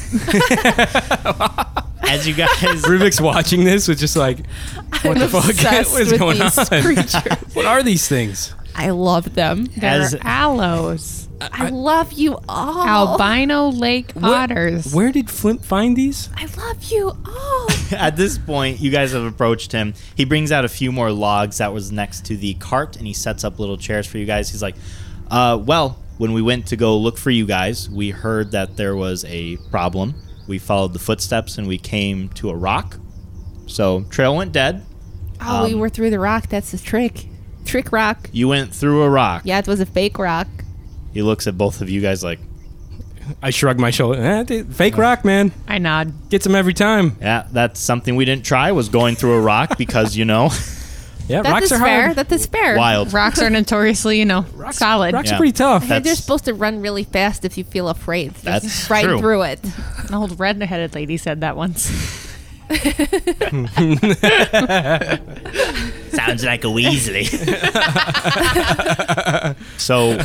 Speaker 3: As you guys.
Speaker 2: *laughs* Rubik's watching this with just like, what the fuck?
Speaker 4: obsessed
Speaker 2: what *laughs* is
Speaker 4: with
Speaker 2: going
Speaker 4: these
Speaker 2: on?
Speaker 4: creatures.
Speaker 2: what are these things?
Speaker 4: *laughs* I love them.
Speaker 1: They're
Speaker 3: As-
Speaker 1: aloes,
Speaker 4: I love you all.
Speaker 1: albino lake otters.
Speaker 2: Where did Flint find these?
Speaker 4: I love you all.
Speaker 3: *laughs* At this point, you guys have approached him. He brings out a few more logs that was next to the cart, and he sets up little chairs for you guys. He's like, uh, "Well, when we went to go look for you guys, we heard that there was a problem. We followed the footsteps, and we came to a rock. So trail went dead.
Speaker 4: *laughs* Oh, we
Speaker 3: Um,
Speaker 4: were through the rock. That's the trick. Trick rock.
Speaker 3: You went through a rock.
Speaker 4: Yeah, it was a fake rock.
Speaker 3: He looks at both of you guys like,
Speaker 2: I shrugged my shoulder. Eh, they- fake rock, man.
Speaker 1: I nod.
Speaker 2: Gets them every time.
Speaker 3: "Yeah, that's something we didn't try was going through a rock *laughs* because you know,
Speaker 2: Yeah,
Speaker 4: That
Speaker 2: rocks
Speaker 4: is
Speaker 2: are
Speaker 4: fair.
Speaker 2: hard.
Speaker 4: That is fair.
Speaker 3: wild."
Speaker 1: Rocks are notoriously, you know, solid.
Speaker 2: Rocks
Speaker 3: Yeah.
Speaker 2: are pretty tough.
Speaker 3: That-
Speaker 4: You're
Speaker 3: That's-
Speaker 4: just supposed to run really fast if you feel afraid. Just
Speaker 3: That's
Speaker 4: right
Speaker 3: true.
Speaker 4: through *laughs* it.
Speaker 1: An
Speaker 3: *laughs*
Speaker 1: old red-headed lady said that once.
Speaker 3: Sounds like a Weasley. *laughs* so,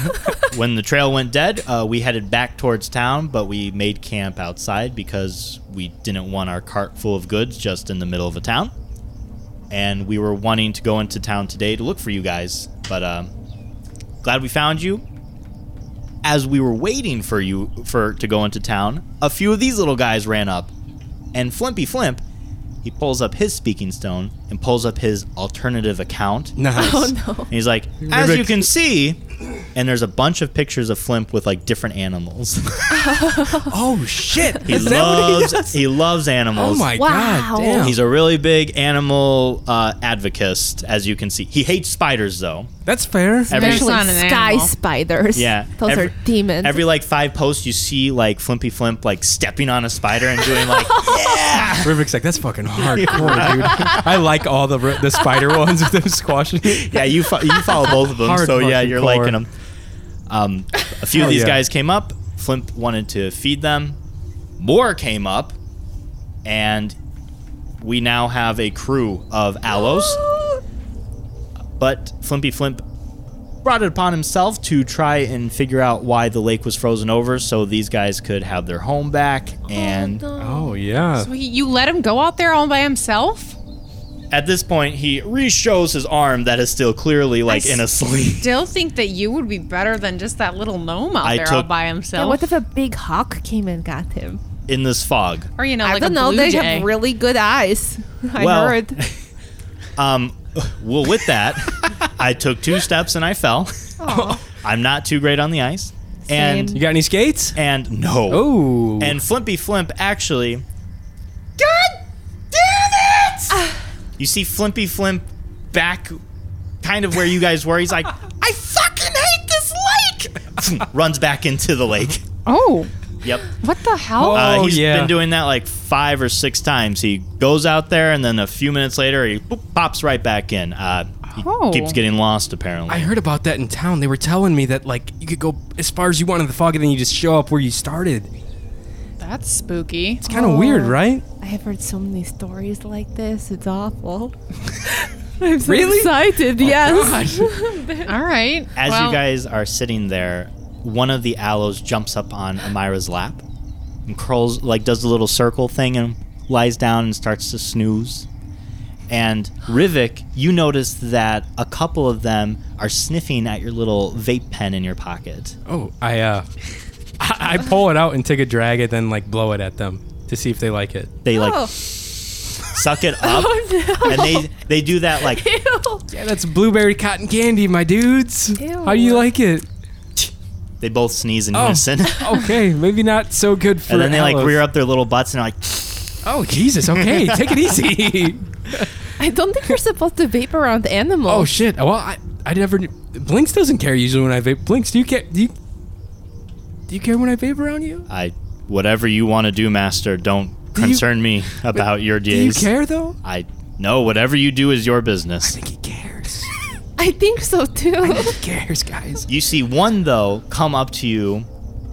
Speaker 3: when the trail went dead, uh, we headed back towards town, but we made camp outside because we didn't want our cart full of goods just in the middle of a town. And we were wanting to go into town today to look for you guys, but um, glad we found you. As we were waiting for you for to go into town, a few of these little guys ran up, and Flimpy Flimp, he pulls up his speaking stone and pulls up his alternative
Speaker 2: *laughs*
Speaker 3: account.
Speaker 2: nice.
Speaker 4: Oh, no.
Speaker 3: And he's like, as you
Speaker 2: Ribbit.
Speaker 3: can see, and there's a bunch of pictures of Flimp with like different animals.
Speaker 2: Oh shit. *laughs*
Speaker 3: he
Speaker 2: Is that what he does?
Speaker 3: loves he, loves
Speaker 2: Oh
Speaker 3: animals.
Speaker 2: my
Speaker 4: Wow.
Speaker 2: god. Damn.
Speaker 3: He's a really big animal uh, advocist, as you can see. He hates spiders though.
Speaker 2: That's fair.
Speaker 3: Every-
Speaker 1: There's
Speaker 4: Actually,
Speaker 1: not an
Speaker 4: sky
Speaker 1: animal.
Speaker 4: spiders.
Speaker 3: Yeah.
Speaker 4: Those
Speaker 3: Every-
Speaker 4: are demons.
Speaker 3: Every like five posts, you see like Flimpy Flimp like stepping on a spider and doing like, *laughs* yeah.
Speaker 2: Rubik's like, that's fucking hardcore,
Speaker 3: *laughs*
Speaker 2: dude. I like all the ri- the spider ones with them squashing.
Speaker 3: *laughs*
Speaker 2: it.
Speaker 3: yeah, you fo-
Speaker 2: *laughs*
Speaker 3: you follow both of them,
Speaker 2: Hard
Speaker 3: so yeah, you're
Speaker 2: fucking
Speaker 3: liking them. Um, a few of
Speaker 2: Hell
Speaker 3: these
Speaker 2: yeah.
Speaker 3: guys came up. Flimp wanted to feed them. More came up, and we now have a crew of aloes. But Flimpy Flimp brought it upon himself to try and figure out why the lake was frozen over, so these guys could have their home back. And
Speaker 2: Oh yeah.
Speaker 1: Wait, you let him go out there all by himself?
Speaker 3: At this point, he re-shows his arm that is still clearly like in a sleeve.
Speaker 1: Still think that you would be better than just that little gnome out
Speaker 3: I
Speaker 1: there all
Speaker 3: took-
Speaker 1: by
Speaker 4: Yeah,
Speaker 1: himself.
Speaker 4: what if a big hawk came and got him?
Speaker 3: in this fog.
Speaker 1: or you know,
Speaker 4: I
Speaker 1: like
Speaker 4: don't
Speaker 1: a
Speaker 4: know.
Speaker 1: blue
Speaker 4: They
Speaker 1: jay.
Speaker 4: have really good eyes. *laughs* I
Speaker 3: Well- *laughs*
Speaker 4: heard.
Speaker 3: Um, well, with *laughs* that, I took two steps and I fell. I'm not too great on the ice, and
Speaker 2: You got any skates?
Speaker 3: and no.
Speaker 2: Oh.
Speaker 3: And Flimpy Flimp actually. God damn it! *sighs* you see Flimpy Flimp back kind of where you guys were. He's like, *laughs* I fucking hate this lake! *laughs* Runs back into the lake.
Speaker 1: Oh,
Speaker 3: Yep.
Speaker 1: what the hell?
Speaker 2: Oh.
Speaker 3: Uh, he's
Speaker 2: yeah.
Speaker 3: been doing that like five or six times. He goes out there and then a few minutes later he boop, pops right back in. Uh, he
Speaker 1: Oh.
Speaker 3: keeps getting lost apparently.
Speaker 2: I heard about that in town. They were telling me that like you could go as far as you want in the fog, and then you just show up where you started.
Speaker 1: That's spooky.
Speaker 2: Kind
Speaker 4: Oh.
Speaker 2: of weird, right?
Speaker 4: I have heard so many stories like this. It's *laughs* awful. I'm so
Speaker 2: Really?
Speaker 3: Oh,
Speaker 4: excited. yes.
Speaker 1: All right.
Speaker 3: As
Speaker 1: well,
Speaker 3: you guys are sitting there, one of the aloes jumps up on Amira's lap and curls, like, does the little circle thing and lies down and starts to snooze. And Rivik, you notice that a couple of them are sniffing at your little vape pen in your pocket.
Speaker 2: Oh, I uh, *laughs* I, I pull it out and take a drag, and then like blow it at them to see if they like it.
Speaker 3: They like
Speaker 4: *laughs* Oh.
Speaker 3: suck it up, and
Speaker 4: *laughs*
Speaker 3: they they do that like
Speaker 2: Yeah, that's blueberry cotton candy, my dudes.
Speaker 4: Ew.
Speaker 2: How do you like it?
Speaker 3: *laughs* they both sneeze in
Speaker 2: Oh. *laughs*
Speaker 3: unison,
Speaker 2: Okay, maybe not so good for.
Speaker 3: *laughs* and then they like
Speaker 2: aloes.
Speaker 3: rear up their little butts and are like,
Speaker 2: Oh Jesus! *laughs* Okay, take it easy.
Speaker 4: I don't think you're supposed to vape around animals.
Speaker 2: oh shit! Well, I I never. knew- Blinks doesn't care usually when I vape. Blinks, do you care? Do you do you care when I vape around you?
Speaker 3: I whatever you want to do, master. Don't
Speaker 2: you- *laughs*
Speaker 3: concern me about your days.
Speaker 2: Do you care though?
Speaker 3: I no, whatever you do is your business.
Speaker 2: think he cares.
Speaker 4: I think so too.
Speaker 2: he cares, guys.
Speaker 3: You see one though come up to you,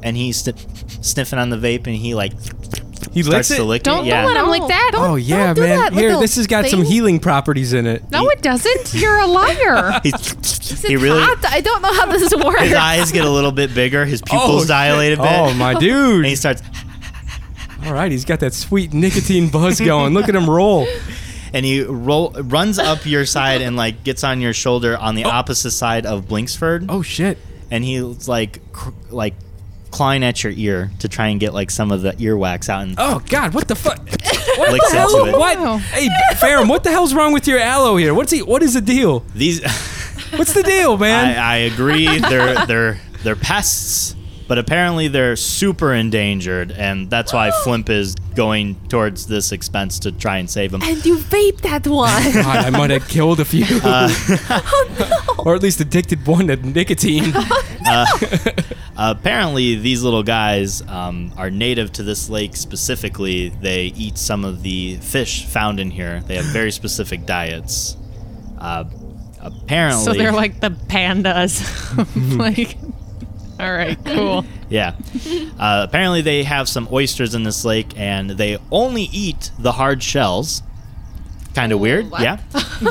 Speaker 3: and he's sni sniffing on the vape, and he like
Speaker 2: He
Speaker 3: starts to lick
Speaker 1: Don't
Speaker 3: it. Yeah,
Speaker 1: let him
Speaker 4: No.
Speaker 1: like that.
Speaker 2: Oh
Speaker 4: Don't-
Speaker 2: yeah,
Speaker 4: don't do
Speaker 2: man.
Speaker 4: that
Speaker 2: Here,
Speaker 4: little
Speaker 2: this has got some
Speaker 4: thing.
Speaker 2: healing properties in it.
Speaker 1: no, it doesn't.
Speaker 2: *laughs*
Speaker 1: You're a
Speaker 3: *laughs*
Speaker 1: liar.
Speaker 3: He's- *laughs*
Speaker 4: Is
Speaker 3: he
Speaker 4: it
Speaker 3: really.
Speaker 4: hot? I don't
Speaker 2: *laughs*
Speaker 4: know how this works.
Speaker 3: His eyes get a little bit bigger. His pupils
Speaker 2: Oh, shit.
Speaker 3: dilate a bit.
Speaker 2: Oh my
Speaker 3: And he
Speaker 2: dude!
Speaker 3: starts,
Speaker 2: All right, he's got that sweet nicotine
Speaker 3: *laughs*
Speaker 2: buzz going. Look at him roll.
Speaker 3: and he roll, runs up your side and like gets on your shoulder on the opposite side of Blinksford.
Speaker 2: Oh shit!
Speaker 3: and he's like cr- like clawing at your ear to try and get like some of the earwax out and
Speaker 2: Oh god, what the fuck? What
Speaker 3: Licks
Speaker 2: the hell?
Speaker 3: into it.
Speaker 1: Wow.
Speaker 2: What? Hey, Farum, what the hell's wrong with your aloe here? What's he? What is the deal?
Speaker 3: these *laughs*
Speaker 2: What's the deal,
Speaker 3: I,
Speaker 2: man?
Speaker 3: I agree they're they're they're pests but apparently they're super endangered and that's why flimp is going towards this expense to try and save them
Speaker 4: and you vape that one.
Speaker 2: *laughs*
Speaker 4: *laughs* Oh,
Speaker 2: God, I might have killed a few,
Speaker 3: *laughs* Uh,
Speaker 2: or at least addicted one to nicotine.
Speaker 3: apparently these little guys um, are native to this lake specifically they eat some of the fish found in here they have very specific diets uh, apparently
Speaker 1: so they're like the
Speaker 3: *laughs*
Speaker 1: pandas. like, all right, cool.
Speaker 3: Yeah. Uh, apparently, they have some oysters in this lake, and they only eat the hard shells. Kind of weird, yeah.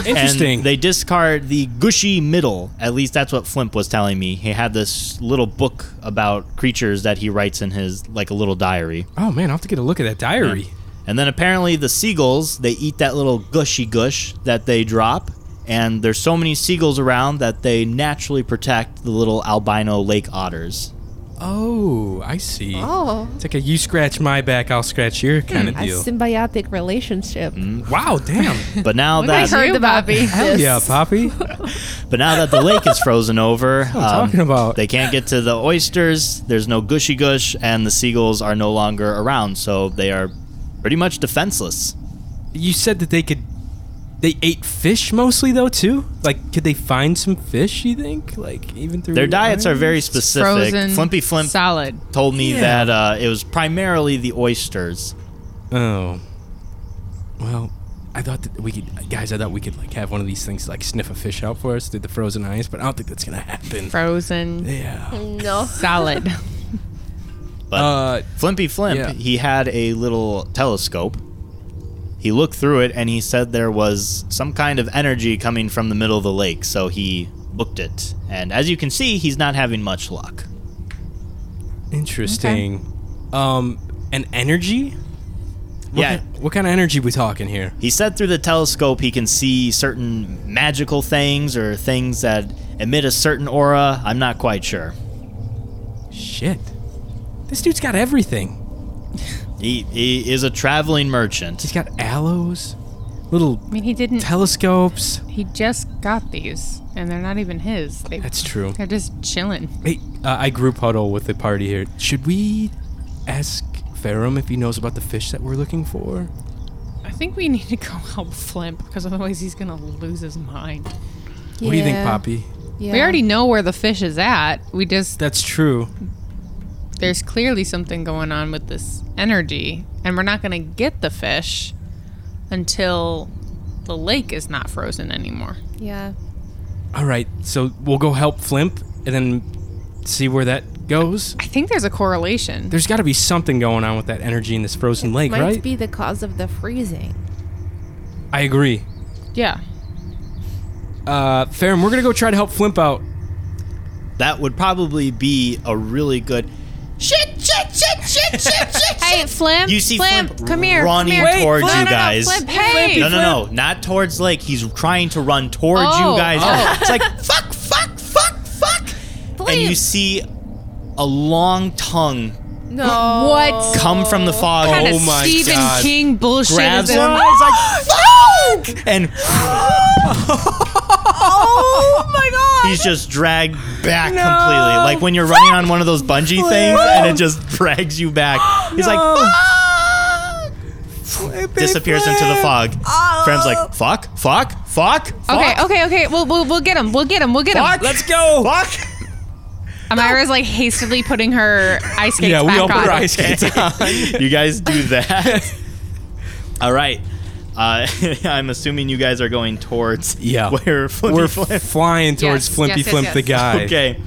Speaker 2: Interesting.
Speaker 3: And they discard the gushy middle. At least that's what Flimp was telling me. He had this little book about creatures that he writes in his like a little diary.
Speaker 2: oh man, I will have to get a look at that diary.
Speaker 3: And then apparently the seagulls, they eat that little gushy gush that they drop. And there's so many seagulls around that they naturally protect the little albino lake otters.
Speaker 2: Oh, I see.
Speaker 4: oh, Mm,
Speaker 2: It's like a you scratch my back, I'll scratch your kind of
Speaker 4: a
Speaker 2: deal.
Speaker 4: symbiotic relationship.
Speaker 2: Wow, damn.
Speaker 3: But now
Speaker 1: I
Speaker 3: that
Speaker 1: heard about
Speaker 4: Bobby.
Speaker 2: Hell yeah, Poppy.
Speaker 3: But now that the lake is frozen over, um,
Speaker 2: talking about.
Speaker 3: they can't get to the oysters. There's no gushy gush, and the seagulls are no longer around, so they are pretty much defenseless.
Speaker 2: You said that they could. They ate fish mostly, though, too? Like, could they find some fish, you think? Like, even through.
Speaker 3: Their diets are
Speaker 2: iron?
Speaker 3: very specific.
Speaker 1: Frozen
Speaker 3: Flimpy Flimp
Speaker 1: salad.
Speaker 3: told me
Speaker 2: Yeah.
Speaker 3: that uh, it was primarily the oysters.
Speaker 2: Oh. Well, I thought that we could. Guys, I thought we could, like, have one of these things, like, sniff a fish out for us through the frozen ice, but I don't think that's going to happen.
Speaker 1: Frozen
Speaker 2: Yeah.
Speaker 4: No. *laughs*
Speaker 1: salad.
Speaker 3: But
Speaker 2: Uh,
Speaker 3: Flimpy Flimp,
Speaker 2: Yeah.
Speaker 3: he had a little telescope. He looked through it and he said there was some kind of energy coming from the middle of the lake, so he booked it. And as you can see, he's not having much luck.
Speaker 2: interesting. Um, an energy? What
Speaker 3: Yeah.
Speaker 2: ki- what kind of energy we talking here?
Speaker 3: He said through the telescope he can see certain magical things or things that emit a certain aura. I'm not quite sure.
Speaker 2: Shit. This dude's got everything.
Speaker 3: He, he is a traveling merchant.
Speaker 2: He's got aloes, little
Speaker 1: I mean, he didn't.
Speaker 2: telescopes.
Speaker 1: he just got these, and they're not even his. They,
Speaker 2: That's true.
Speaker 1: They're just chilling.
Speaker 2: Hey, uh, I group huddle with the party here. Should we ask Ferrum if he knows about the fish that we're looking for?
Speaker 1: I think we need to go *laughs* help Flimp because otherwise he's gonna lose his mind.
Speaker 2: What do you think, Poppy?
Speaker 1: We already know where the fish is at. We just
Speaker 2: That's true.
Speaker 1: there's clearly something going on with this energy, and we're not gonna get the fish until the lake is not frozen anymore.
Speaker 4: Yeah.
Speaker 2: All right, so we'll go help Flimp and then see where that goes.
Speaker 1: I think there's a correlation.
Speaker 2: There's got to be something going on with that energy in this frozen lake,
Speaker 4: Might
Speaker 2: right?
Speaker 4: be the cause of the freezing.
Speaker 2: I agree.
Speaker 1: yeah.
Speaker 2: Uh, Ferrum, we're gonna go try to help Flimp out.
Speaker 3: That would probably be a really good.
Speaker 4: Shit, shit, shit, shit, shit, shit.
Speaker 1: Hey, Flimp.
Speaker 3: You see
Speaker 1: Flimp,
Speaker 3: Flimp
Speaker 1: come here.
Speaker 3: running
Speaker 1: come here.
Speaker 3: towards
Speaker 1: Flimp,
Speaker 3: you
Speaker 1: no, no, no,
Speaker 3: guys.
Speaker 1: Flimp, hey.
Speaker 3: No, no, no, not towards Lake. He's trying to run towards
Speaker 1: Oh,
Speaker 3: you guys.
Speaker 1: oh.
Speaker 3: It's like fuck, fuck, fuck, fuck. And you
Speaker 1: Please.
Speaker 3: see a long tongue
Speaker 4: No.
Speaker 1: What?
Speaker 3: come from the fog.
Speaker 1: What kind
Speaker 2: Oh
Speaker 1: of
Speaker 2: my
Speaker 1: Stephen
Speaker 2: God.
Speaker 1: King bullshit
Speaker 3: grabs
Speaker 1: is
Speaker 3: him.
Speaker 1: that?
Speaker 3: He's like fuck, and
Speaker 1: *laughs* Oh my god.
Speaker 3: he's just dragged back completely. Like when you're running on one of those bungee things, and it just drags you back. He's like fuck. disappears into the fog. Fram's like, fuck, fuck, fuck, fuck,
Speaker 1: Oh. Okay, okay, okay. We'll, we'll, we'll get him. We'll get him. We'll get him.
Speaker 3: fuck.
Speaker 2: Let's go.
Speaker 3: fuck. *laughs*
Speaker 1: Amira's like hastily putting her ice skates
Speaker 2: Yeah, we
Speaker 1: back
Speaker 2: all
Speaker 1: on.
Speaker 2: put our ice skates on.
Speaker 3: you guys do that. *laughs* All right. Uh, *laughs* I'm assuming you guys are going towards
Speaker 2: Yeah.
Speaker 3: where
Speaker 2: *laughs*
Speaker 3: Flippy
Speaker 2: We're
Speaker 3: Flip-
Speaker 2: flying towards
Speaker 1: Yes, yes,
Speaker 2: Flimpy
Speaker 1: yes,
Speaker 2: Flimp
Speaker 1: yes.
Speaker 2: the guy.
Speaker 3: Okay.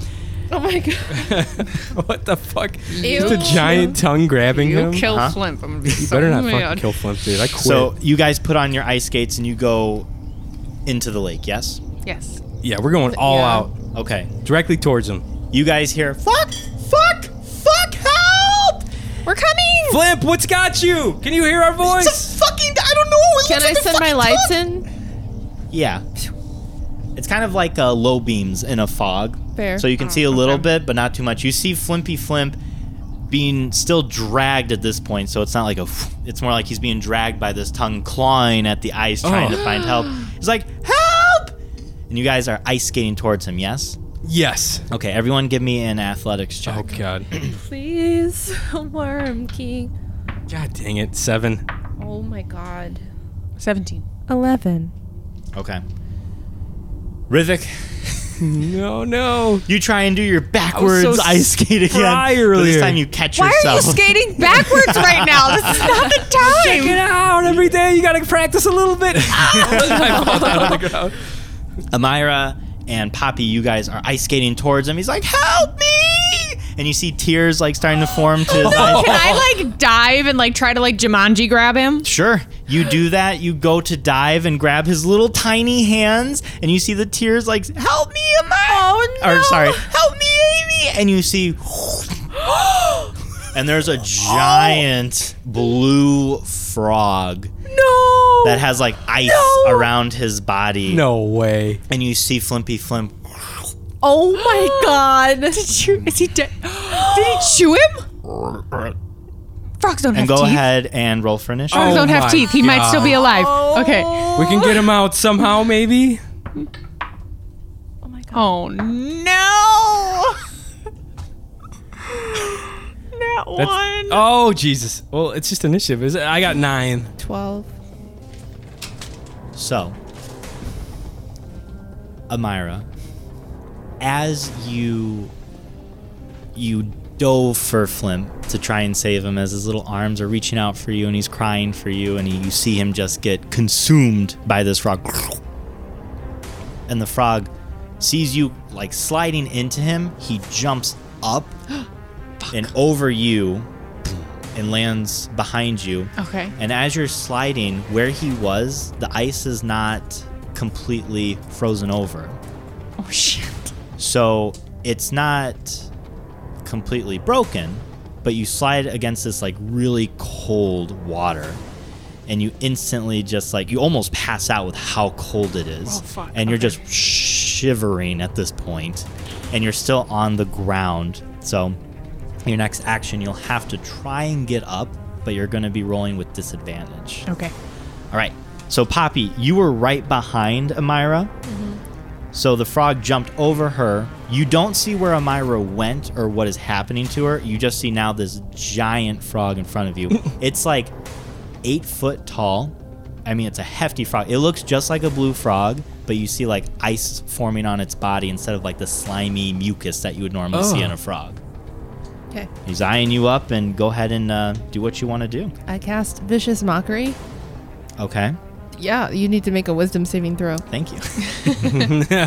Speaker 4: Oh my god.
Speaker 2: *laughs* what the fuck?
Speaker 4: Ew.
Speaker 2: Just a giant tongue grabbing
Speaker 1: You
Speaker 2: him.
Speaker 1: kill
Speaker 3: Huh?
Speaker 1: Flimp. I'm gonna be
Speaker 2: You
Speaker 1: so
Speaker 2: better not
Speaker 1: mad.
Speaker 2: fucking kill Flimp, dude. I quit.
Speaker 3: So you guys put on your ice skates and you go into the lake, yes?
Speaker 1: Yes.
Speaker 2: yeah, we're going all
Speaker 4: Yeah.
Speaker 2: out
Speaker 3: Okay.
Speaker 2: directly towards him.
Speaker 3: You guys hear, fuck, fuck, fuck, help!
Speaker 1: We're coming.
Speaker 2: Flimp, what's got you? Can you hear our voice?
Speaker 3: It's a fucking, I don't know. It looks
Speaker 4: Can I
Speaker 3: like a
Speaker 4: send my
Speaker 3: fucking
Speaker 4: lights
Speaker 3: tongue.
Speaker 4: in?
Speaker 3: Yeah. It's kind of like uh, low beams in a fog.
Speaker 4: Fair.
Speaker 3: So you can see a little bit, but not too much. You see Flimpy Flimp being still dragged at this point, so it's not like a. It's more like he's being dragged by this tongue clawing at the ice, trying
Speaker 2: Oh.
Speaker 3: to find help. He's like, "Help!" And you guys are ice skating towards him. Yes.
Speaker 2: Yes.
Speaker 3: Okay, everyone, give me an athletics check.
Speaker 2: Oh god.
Speaker 4: Please. *laughs* Worm king.
Speaker 2: *clears throat* God dang it. Seven.
Speaker 4: Oh my god.
Speaker 1: Seventeen.
Speaker 4: 11.
Speaker 3: Okay.
Speaker 2: *laughs*
Speaker 3: Rivik,
Speaker 2: No, no.
Speaker 3: you try and do your
Speaker 2: was
Speaker 3: backwards
Speaker 2: so
Speaker 3: ice skate again.
Speaker 2: spry
Speaker 3: but This
Speaker 2: earlier.
Speaker 3: time you catch
Speaker 1: Why are you
Speaker 3: yourself.
Speaker 1: skating backwards right now? This is not *laughs* the
Speaker 2: Check it
Speaker 1: time.
Speaker 2: out every day. You gotta practice a little bit. *laughs* I fall down on the ground.
Speaker 3: Amira and Poppy, you guys are ice skating towards him. He's like, "Help me!" And you see tears like starting to form to his eyes.
Speaker 1: Oh, Can I like dive and like try to like Jumanji grab him?
Speaker 3: Sure, you do that. You go to dive and grab his little tiny hands, and you see the tears like, "Help me, Amira!" Oh Or sorry, "Help me, Amy!" And you see, and there's a giant blue frog
Speaker 2: No.
Speaker 3: that has like ice around his body.
Speaker 2: no way.
Speaker 3: and you see Flimpy Flimp
Speaker 4: Oh my *laughs* god.
Speaker 1: Did you? Is he dead? Did he chew him? Frogs don't
Speaker 3: and
Speaker 1: have
Speaker 3: go
Speaker 1: teeth.
Speaker 3: ahead and roll for initiative.
Speaker 1: Frogs
Speaker 2: Oh
Speaker 1: don't
Speaker 2: my
Speaker 1: have teeth. He might still be
Speaker 2: God.
Speaker 1: alive. Okay.
Speaker 2: We can get him out somehow, maybe.
Speaker 1: Oh no. Not one.
Speaker 2: Oh Jesus. Well, it's just initiative, is it? I got nine.
Speaker 4: 12.
Speaker 3: So, Amira, as you you dove for Flimp to try and save him, as his little arms are reaching out for you and he's crying for you, and you see him just get consumed by this frog, and the frog sees you like sliding into him. He jumps up and over you and lands behind you.
Speaker 1: Okay.
Speaker 3: And as you're sliding where he was, the ice is not completely frozen over.
Speaker 1: Oh shit.
Speaker 3: So it's not completely broken, but you slide against this like really cold water. and you instantly just like you almost pass out with how cold it is,
Speaker 1: Oh, fuck.
Speaker 3: and you're just shivering at this point, and you're still on the ground. So, your next action, you'll have to try and get up, but you're going to be rolling with disadvantage.
Speaker 1: Okay.
Speaker 3: All right. So, Poppy, you were right behind Amira. So the frog jumped over her. You don't see where Amira went or what is happening to her. You just see now this giant frog in front of you. it's like eight foot tall. I mean, it's a hefty frog. It looks just like a blue frog, but you see like ice forming on its body instead of like the slimy mucus that you would normally see
Speaker 2: Oh.
Speaker 3: in a frog.
Speaker 4: Okay.
Speaker 3: He's eyeing you up, and go ahead and uh, do what you want to do.
Speaker 4: I cast Vicious Mockery.
Speaker 3: Okay.
Speaker 4: Yeah, you need to make a wisdom saving throw.
Speaker 3: Thank
Speaker 2: *laughs*
Speaker 3: you.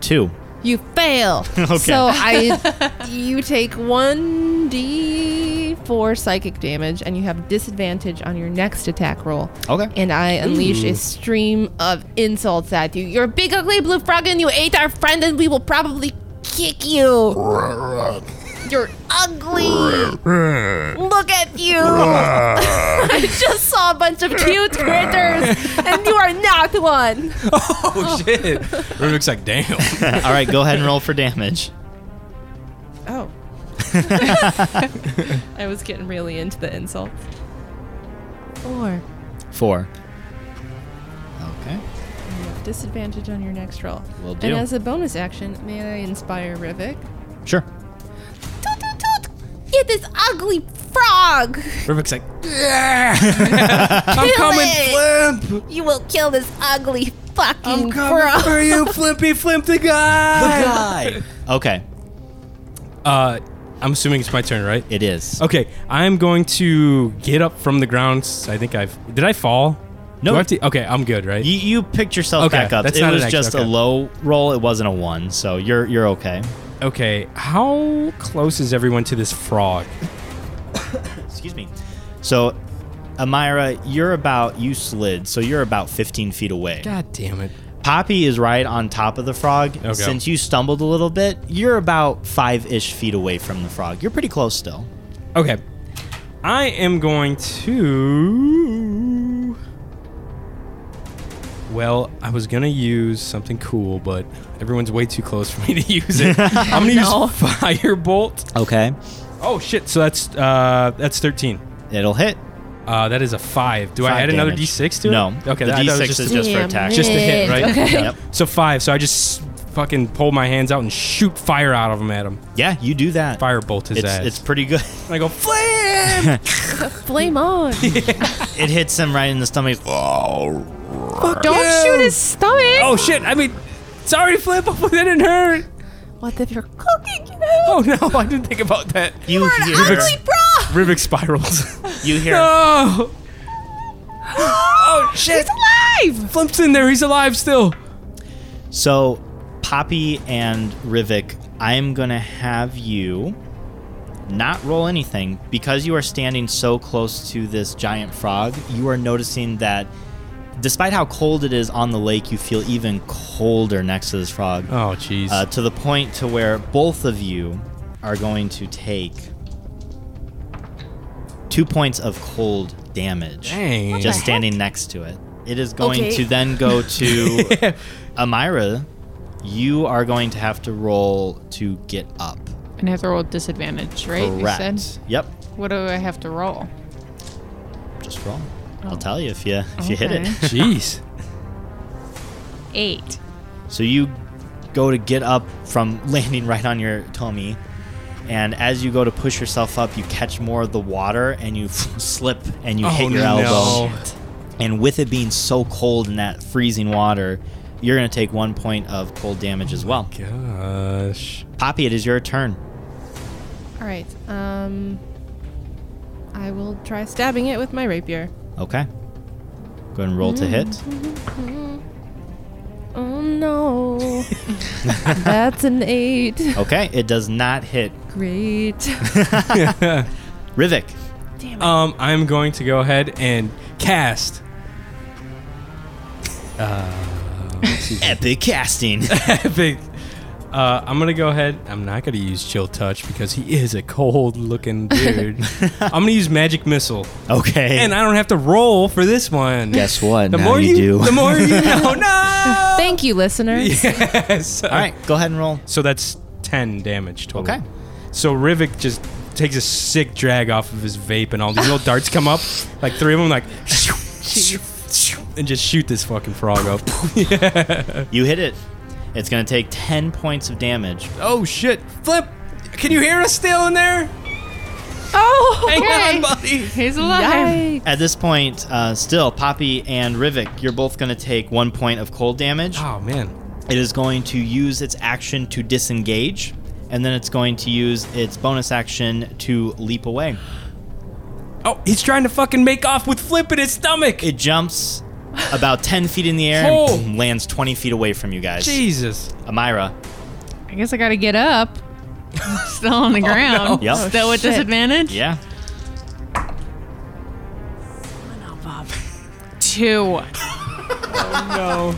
Speaker 3: Two.
Speaker 4: You fail.
Speaker 3: *laughs* Okay.
Speaker 4: So
Speaker 3: *laughs*
Speaker 4: I you take 1d4 psychic damage and you have disadvantage on your next attack roll.
Speaker 3: Okay.
Speaker 4: And I unleash a stream of insults at you. You're a big ugly blue frog and you ate our friend and we will probably kick
Speaker 3: *laughs*
Speaker 4: you. You're ugly. Look at
Speaker 3: *laughs*
Speaker 4: you. *laughs* I just saw a bunch of cute critters and you are not one.
Speaker 2: *laughs* Oh shit! Rivik's like, *laughs* damn.
Speaker 3: *laughs* All right, go ahead and roll for damage.
Speaker 4: *laughs* Oh. I was getting really into the insults. Four.
Speaker 3: Four. Okay.
Speaker 4: You have disadvantage on your next roll.
Speaker 3: Will do.
Speaker 4: And as a bonus action, may I inspire Rivik?
Speaker 3: Sure.
Speaker 4: Toot toot toot! Get this ugly frog!
Speaker 2: Rivik's like, yeah, *laughs* I'm coming, Flimp.
Speaker 4: You will kill this ugly
Speaker 2: I'm
Speaker 4: fucking
Speaker 2: coming for you, Flimpy Flimp the guy.
Speaker 3: Okay,
Speaker 2: Uh, I'm assuming it's my turn, right?
Speaker 3: it is.
Speaker 2: Okay, I'm going to get up from the ground. I think I've. Did I fall?
Speaker 3: No.
Speaker 2: Do I have to- okay, I'm good, right?
Speaker 3: You, you picked yourself
Speaker 2: Okay,
Speaker 3: back up.
Speaker 2: that's
Speaker 3: it
Speaker 2: not an
Speaker 3: was
Speaker 2: X,
Speaker 3: just
Speaker 2: okay.
Speaker 3: a low roll. It wasn't a one, so you're you're okay.
Speaker 2: Okay, how close is everyone to this frog?
Speaker 3: Excuse me. So, Amira, you're about you slid, so you're about 15 feet away.
Speaker 2: God damn it.
Speaker 3: Poppy is right on top of the frog.
Speaker 2: Okay.
Speaker 3: Since you stumbled a little bit, you're about five ish feet away from the frog. You're pretty close still.
Speaker 2: Okay, I am going to. Well, I was gonna use something cool, but everyone's way too close for me to *laughs* use it. I'm gonna use *laughs* firebolt.
Speaker 3: Okay.
Speaker 2: Oh shit! So that's uh, that's 13.
Speaker 3: It'll hit.
Speaker 2: Uh, that is a five. Do I
Speaker 3: Five
Speaker 2: add another
Speaker 3: damage.
Speaker 2: d6 to it?
Speaker 3: No.
Speaker 2: Okay,
Speaker 3: the
Speaker 2: that, that
Speaker 3: d6
Speaker 2: was just
Speaker 3: is just for
Speaker 4: Damn
Speaker 3: attack.
Speaker 4: it.
Speaker 2: just a hit, right?
Speaker 4: Okay.
Speaker 3: Yep.
Speaker 2: So five. So I just fucking pull my hands out and shoot fire out of him at him.
Speaker 3: Yeah, you do that.
Speaker 2: Firebolt his
Speaker 3: it's,
Speaker 2: ass.
Speaker 3: it's pretty good. *laughs*
Speaker 2: and I go flame.
Speaker 4: Flame on!
Speaker 3: it hits him right in the stomach.
Speaker 4: *laughs* Don't
Speaker 2: you.
Speaker 4: shoot his stomach!
Speaker 2: oh shit! I mean, sorry, Flip. *laughs* That didn't hurt.
Speaker 4: What if you're cooking him?
Speaker 2: Oh no, *laughs* I didn't think about that.
Speaker 3: You hear,
Speaker 4: Ugly frog!
Speaker 2: Rivik spirals.
Speaker 3: you hear
Speaker 2: *laughs* no. *gasps* Oh shit! He's alive. Flimp's in there. He's alive still.
Speaker 3: So, Poppy and Rivik, I'm going to have you not roll anything. Because you are standing so close to this giant frog, you are noticing that despite how cold it is on the lake, you feel even colder next to this frog.
Speaker 2: Oh jeez.
Speaker 3: Uh, to the point to where both of you are going to take two points of cold damage.
Speaker 2: Dang.
Speaker 3: Just standing next to it. It is going
Speaker 5: Okay.
Speaker 3: to then go to Amira, you are going to have to roll to get up.
Speaker 1: And I have to roll with disadvantage, right? You
Speaker 3: Correct.
Speaker 1: said?
Speaker 3: Yep.
Speaker 1: What do I have to roll?
Speaker 3: Just roll. I'll tell you if you if you hit
Speaker 1: Okay.
Speaker 3: it.
Speaker 2: Jeez.
Speaker 1: Eight.
Speaker 3: So you go to get up from *laughs* landing right on your tummy, and as you go to push yourself up, you catch more of the water and you *laughs* slip and you
Speaker 2: Oh,
Speaker 3: hit your
Speaker 2: no.
Speaker 3: elbow. And with it being so cold in that freezing water, you're going to take one point of cold damage as well.
Speaker 2: Gosh.
Speaker 3: Poppy, it is your turn.
Speaker 4: Alright, um. I will try stabbing it with my rapier.
Speaker 3: Okay. Go ahead and roll to hit. *laughs*
Speaker 4: Oh no. That's an eight.
Speaker 3: Okay, it does not hit.
Speaker 4: Great.
Speaker 3: Rivik,
Speaker 2: *laughs* Um, I'm going to go ahead and cast. *laughs*
Speaker 3: epic casting.
Speaker 2: *laughs* Epic. Uh, I'm gonna go ahead. I'm not gonna use chill touch because he is a
Speaker 3: *laughs*
Speaker 2: cold-looking dude. I'm gonna use magic missile,
Speaker 3: Okay.
Speaker 2: and I don't have to roll for this one.
Speaker 3: Guess what?
Speaker 2: The
Speaker 3: Now
Speaker 2: more
Speaker 3: you do. *laughs*
Speaker 2: the more you know. No.
Speaker 4: Thank you, listeners.
Speaker 2: yes.
Speaker 3: All right, go ahead and roll.
Speaker 2: So that's 10 damage total.
Speaker 3: Okay.
Speaker 2: So Rivik just takes a sick drag off of his vape, and all these little darts come up. Like three of them,
Speaker 3: *laughs*
Speaker 2: like. And just shoot this fucking frog up.
Speaker 3: You hit it. It's going to take 10 points of damage.
Speaker 2: oh shit! Flip! Can you hear us still in there? *laughs*
Speaker 4: oh,
Speaker 2: Hang
Speaker 1: Okay.
Speaker 2: on, *laughs* buddy.
Speaker 1: He's alive.
Speaker 4: yikes.
Speaker 3: At this point, uh, still, Poppy and Rivik, you're both going to take one point of cold damage.
Speaker 2: Oh man.
Speaker 3: It is going to use its action to disengage, and then it's going to use its bonus action to leap away.
Speaker 2: Oh, he's trying to fucking make off with Flip in his stomach.
Speaker 3: It jumps about 10 feet in the air and
Speaker 2: Oh.
Speaker 3: boom, lands 20 feet away from you guys.
Speaker 2: Jesus.
Speaker 3: Amira,
Speaker 1: I guess I gotta get up. *laughs* I'm still on
Speaker 2: Oh,
Speaker 1: the ground.
Speaker 3: Yep.
Speaker 1: Still with
Speaker 5: Shit.
Speaker 1: disadvantage.
Speaker 3: yeah.
Speaker 1: Two.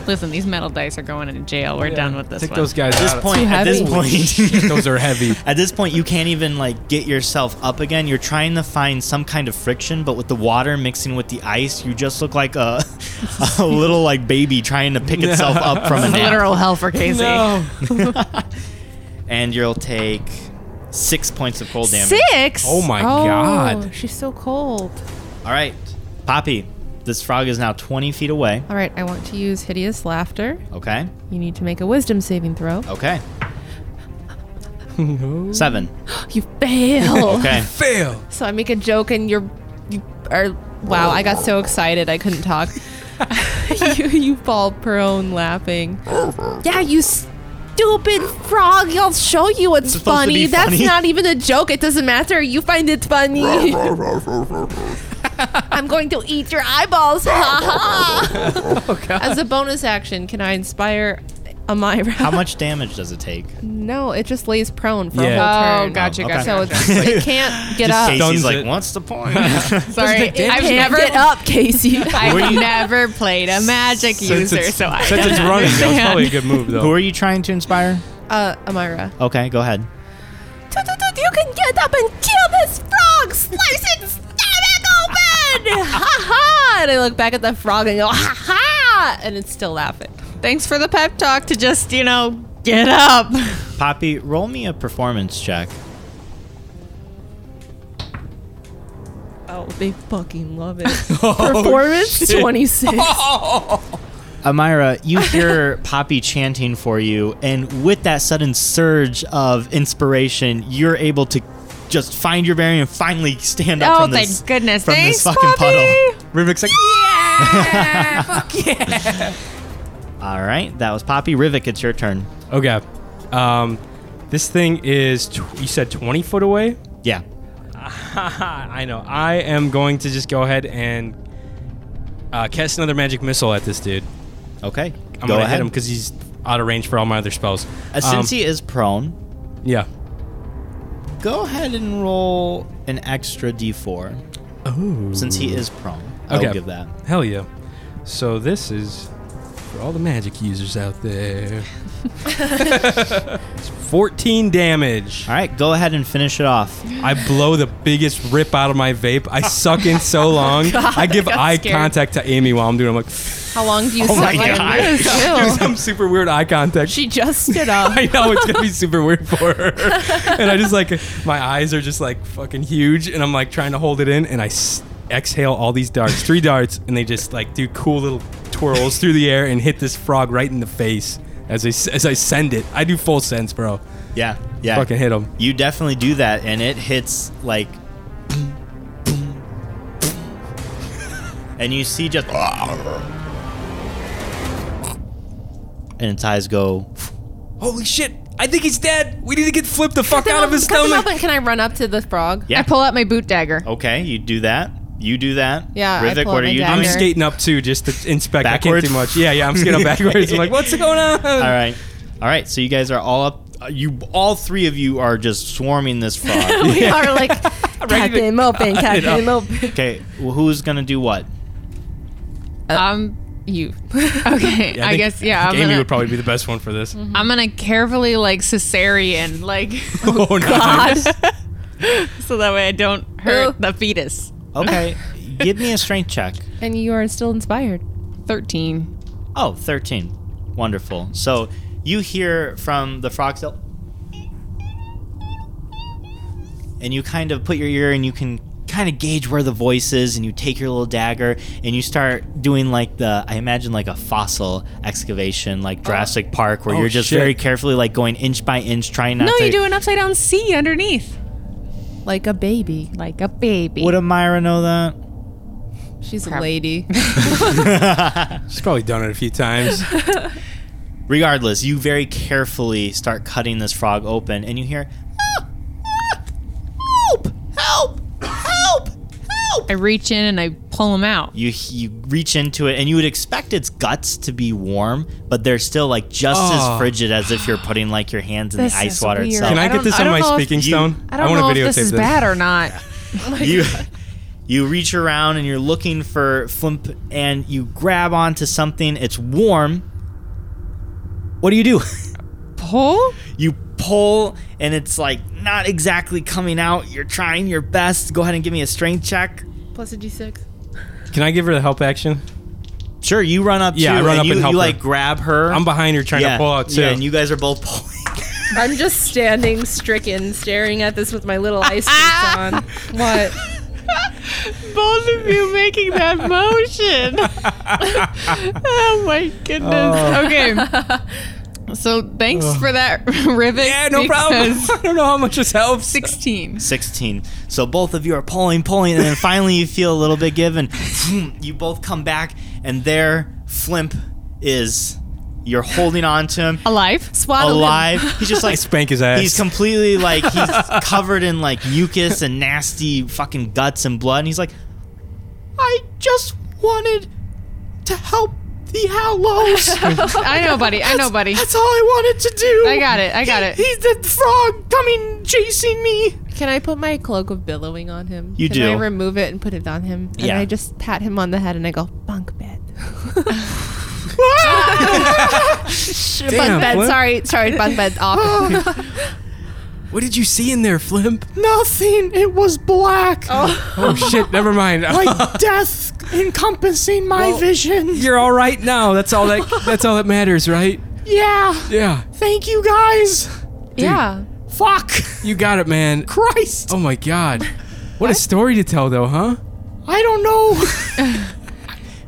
Speaker 1: Listen, these metal dice are going into jail. We're done with this
Speaker 2: Take
Speaker 1: one.
Speaker 2: those guys
Speaker 3: At
Speaker 2: *laughs*
Speaker 3: this
Speaker 2: out.
Speaker 3: point, at this
Speaker 4: heavy.
Speaker 3: *laughs* point,
Speaker 2: Those are heavy.
Speaker 3: At this point, you can't even like get yourself up again. You're trying to find some kind of friction, but with the water mixing with the ice, you just look like a, *laughs* a little like baby trying to pick
Speaker 1: *laughs*
Speaker 3: itself up from a
Speaker 1: This is
Speaker 3: nap.
Speaker 1: literal hell for Casey.
Speaker 2: No.
Speaker 3: And you'll take six points of cold damage.
Speaker 1: Six.
Speaker 2: Oh my
Speaker 4: oh,
Speaker 2: god.
Speaker 4: she's so cold.
Speaker 3: All right, Poppy, this frog is now 20 feet away.
Speaker 4: All right, I want to use hideous laughter.
Speaker 3: Okay,
Speaker 4: You need to make a wisdom saving throw.
Speaker 1: *laughs*
Speaker 3: okay. Seven.
Speaker 2: Oh.
Speaker 4: You fail.
Speaker 2: *laughs*
Speaker 3: Okay.
Speaker 2: Fail.
Speaker 4: So I make a joke, and you're, you are. Wow, I got so excited I couldn't talk. *laughs* you, you fall prone laughing. yeah, you stupid frog! I'll show you what's
Speaker 3: supposed to
Speaker 4: funny.
Speaker 3: be
Speaker 4: That's
Speaker 3: funny.
Speaker 4: not even a joke. It doesn't matter. You find it funny. I'm *laughs* going to eat your eyeballs. Ha ha!
Speaker 3: *laughs* Oh,
Speaker 4: As a bonus action, can I inspire Amira?
Speaker 3: How much damage does it take?
Speaker 4: *laughs* No, it just lays prone for
Speaker 2: Yeah.
Speaker 4: a whole
Speaker 1: Oh,
Speaker 4: turn.
Speaker 1: gotcha,
Speaker 3: Oh, okay.
Speaker 1: gotcha.
Speaker 4: So
Speaker 1: gotcha.
Speaker 4: it's, it can't get up.
Speaker 3: Casey's
Speaker 2: Stuns
Speaker 3: like,
Speaker 2: it.
Speaker 3: what's the point?
Speaker 1: Sorry,
Speaker 2: Doesn't it
Speaker 1: I've
Speaker 4: Can't
Speaker 1: never
Speaker 4: get up, *laughs* Casey.
Speaker 3: Were
Speaker 1: I've
Speaker 3: you-
Speaker 1: never played a magic
Speaker 2: *laughs* Since
Speaker 1: user,
Speaker 2: it's-
Speaker 1: so I
Speaker 2: since
Speaker 1: don't
Speaker 2: it's running, that was probably a good move though. *laughs*
Speaker 3: Who are you trying to inspire?
Speaker 4: Uh, Amira.
Speaker 3: Okay, go ahead.
Speaker 4: Toot-toot-toot, You can get up and kill this frog! Slice it, stab it open! *laughs* ha ha! And I look back at the frog and go, ha ha! And it's still laughing.
Speaker 1: Thanks for the pep talk to just, you know, get up.
Speaker 3: Poppy, roll me a performance check.
Speaker 4: Oh, they fucking love it. Performance 26.
Speaker 3: Amira, you hear *laughs* Poppy chanting for you, and with that sudden surge of inspiration, you're able to just find your bearing and finally stand up
Speaker 1: Oh,
Speaker 3: from this.
Speaker 1: thank goodness.
Speaker 3: From
Speaker 1: Thanks,
Speaker 3: this fucking
Speaker 1: Poppy.
Speaker 3: puddle.
Speaker 2: Rivik's like, *laughs*
Speaker 3: All right, that was Poppy. Rivik, it's your turn.
Speaker 2: Okay. Um, this thing is, tw- you said 20 foot *laughs* away?
Speaker 3: Yeah.
Speaker 2: I know. I am going to just go ahead and uh, cast another magic missile at this dude.
Speaker 3: Okay.
Speaker 2: I'm
Speaker 3: go
Speaker 2: going to
Speaker 3: ahead.
Speaker 2: hit him because he's out of range for all my other spells.
Speaker 3: Uh,
Speaker 2: Um,
Speaker 3: since he is prone,
Speaker 2: yeah.
Speaker 3: go ahead and roll an extra d4.
Speaker 2: Oh.
Speaker 3: Since he is prone, I'll
Speaker 2: Okay.
Speaker 3: give that.
Speaker 2: Hell yeah. So this is for all the magic users out there. *laughs* It's 14 damage.
Speaker 3: All right, go ahead and finish it off.
Speaker 2: I blow the biggest rip out of my vape. I suck in so long. I give
Speaker 1: got
Speaker 2: eye
Speaker 1: scared.
Speaker 2: contact to Amy while I'm doing it. I'm like, *laughs*
Speaker 4: How long do you
Speaker 1: *laughs*
Speaker 3: Oh my
Speaker 4: sit like
Speaker 3: God.
Speaker 4: this?
Speaker 2: do
Speaker 4: Ew.
Speaker 2: some super weird eye contact.
Speaker 4: She just stood
Speaker 2: *laughs*
Speaker 4: up.
Speaker 2: I know it's gonna be super weird for her. *laughs* And I just like my eyes are just like fucking huge, and I'm like trying to hold it in, and I s- exhale all these darts, three darts, and they just like do cool little twirls through the air and hit this frog right in the face as I s- as I send it. I do full sense, bro.
Speaker 3: Yeah. Yeah.
Speaker 2: Fucking hit him.
Speaker 3: You definitely do that, and it hits like. And you see just. And its eyes go.
Speaker 2: Holy shit! I think he's dead. We need to get flipped the fuck out of his
Speaker 4: Cut them
Speaker 2: stomach.
Speaker 4: open. Can I run up to the frog?
Speaker 3: Yeah.
Speaker 1: I pull out my boot dagger.
Speaker 3: Okay, you do that. You do that.
Speaker 4: Yeah, I
Speaker 3: Rivik,
Speaker 4: pull
Speaker 3: what are
Speaker 4: out my
Speaker 3: you
Speaker 4: dagger.
Speaker 2: I'm
Speaker 3: doing?
Speaker 4: scared.
Speaker 2: skating up too, just to inspect. I can't
Speaker 3: Backwards?
Speaker 2: do much. Yeah, yeah. I'm
Speaker 3: *laughs*
Speaker 2: skating up backwards. I'm like, what's going on?
Speaker 3: All right. All right. So you guys are all up. uh, You all three of you are just swarming this frog.
Speaker 4: *laughs* We are like, cut
Speaker 2: Ready to
Speaker 4: them open, cut them open.
Speaker 3: okay, wh- who's gonna do what?
Speaker 1: I'm
Speaker 4: you.
Speaker 1: Um, Okay, I,
Speaker 2: Uh, think
Speaker 1: guess yeah. I'm
Speaker 2: Amy
Speaker 1: gonna, Mm-hmm.
Speaker 2: would probably be the best one for this.
Speaker 1: I'm gonna carefully like cesarean like
Speaker 2: *laughs* Oh, no.
Speaker 1: *laughs*
Speaker 2: *laughs*
Speaker 1: so that way I don't hurt the fetus.
Speaker 4: *laughs*
Speaker 3: Okay, give me a strength check.
Speaker 4: and you are still inspired.
Speaker 1: Thirteen.
Speaker 3: Oh, 13. Wonderful. So you hear from the frog still. And you kind of put your ear and you can kind of gauge where the voice is and you take your little dagger and you start doing like the I imagine like a fossil excavation like Jurassic Park where
Speaker 2: Oh,
Speaker 3: you're just
Speaker 2: shit.
Speaker 3: very carefully like going inch by inch trying not
Speaker 1: No,
Speaker 3: to
Speaker 1: you do an upside down C underneath.
Speaker 4: Like a baby.
Speaker 1: Like a baby.
Speaker 3: Would a Myra know that?
Speaker 4: She's
Speaker 1: Prob-
Speaker 3: *laughs*
Speaker 4: a lady.
Speaker 2: She's probably done it a few times.
Speaker 3: Regardless, you very carefully start cutting this frog open, and you hear, "Ah! Ah! "Help! Help! Help! Help!"
Speaker 1: I reach in and I pull him out.
Speaker 3: You you reach into it, and you would expect its guts to be warm, but they're still like just
Speaker 2: Oh.
Speaker 3: as frigid as if you're putting like your hands in
Speaker 1: This
Speaker 3: the
Speaker 1: is
Speaker 3: ice water
Speaker 1: weird.
Speaker 3: itself.
Speaker 2: Can I,
Speaker 1: I
Speaker 2: get
Speaker 1: don't-
Speaker 2: this
Speaker 1: I
Speaker 2: on
Speaker 1: don't
Speaker 2: my
Speaker 1: know if-
Speaker 2: speaking
Speaker 3: You-
Speaker 2: stone?
Speaker 1: I don't
Speaker 2: want
Speaker 1: know
Speaker 2: to
Speaker 1: if
Speaker 2: videotape
Speaker 1: this is bad or not.
Speaker 2: *laughs*
Speaker 3: *laughs* you you reach around and you're looking for flimp, and you grab onto something. It's warm. What do you do? *laughs*
Speaker 1: Pull?
Speaker 3: you pull and it's like not exactly coming out. You're trying your best. Go ahead and give me a strength check.
Speaker 5: Plus a d6.
Speaker 2: Can I give her the help action?
Speaker 3: Sure, you run up.
Speaker 2: Yeah,
Speaker 3: too,
Speaker 2: I run up
Speaker 3: you,
Speaker 2: and help
Speaker 3: you
Speaker 2: her.
Speaker 3: like grab her.
Speaker 2: I'm behind her trying
Speaker 3: yeah,
Speaker 2: to pull out too.
Speaker 3: Yeah, and you guys are both *laughs* pulling.
Speaker 5: I'm just standing stricken, staring at this with my
Speaker 4: *laughs*
Speaker 5: little ice skates on. What?
Speaker 1: Ah! *laughs* Both of you making *laughs* that motion. oh my goodness. Okay. *laughs* So thanks for that, *laughs* Rivet.
Speaker 2: yeah, no problem. *laughs*
Speaker 1: because
Speaker 2: I don't know how much this helps.
Speaker 1: 16.
Speaker 3: 16. So both of you are pulling, pulling, and then finally you feel a little bit given. *laughs* you both come back, and there, Flimp is. You're holding on to him.
Speaker 1: Alive?
Speaker 4: Swaddle
Speaker 3: Alive. He's just like
Speaker 2: Spank his ass.
Speaker 3: He's completely like he's covered in like mucus and nasty fucking guts and blood, and he's like, I just wanted to help the Hallows.
Speaker 1: I know, buddy. I know, buddy.
Speaker 3: That's all I wanted to do.
Speaker 1: I got it. I got
Speaker 3: *laughs*
Speaker 1: it.
Speaker 3: He's the frog coming chasing me.
Speaker 4: Can I put my cloak of billowing on him?
Speaker 3: You
Speaker 4: Can I
Speaker 3: do.
Speaker 4: remove it and put it on him?
Speaker 3: Yeah.
Speaker 4: And I just pat him on the head and I go, bunk *laughs* bed.
Speaker 2: Damn,
Speaker 4: bunk bed.
Speaker 2: Flimp.
Speaker 4: Sorry, sorry, bunk bed
Speaker 3: *laughs*
Speaker 4: off.
Speaker 2: What did you see in there, Flimp?
Speaker 3: Nothing. It was black.
Speaker 2: Oh shit, never mind. *laughs*
Speaker 3: death encompassing my vision.
Speaker 2: You're all right now. That's all that. That's all that matters, right?
Speaker 3: Yeah.
Speaker 2: Yeah.
Speaker 3: Thank you guys.
Speaker 4: yeah.
Speaker 3: Fuck. *laughs*
Speaker 2: You got it, man.
Speaker 3: Christ.
Speaker 2: Oh my god. What a story to tell, though, huh?
Speaker 3: I don't know.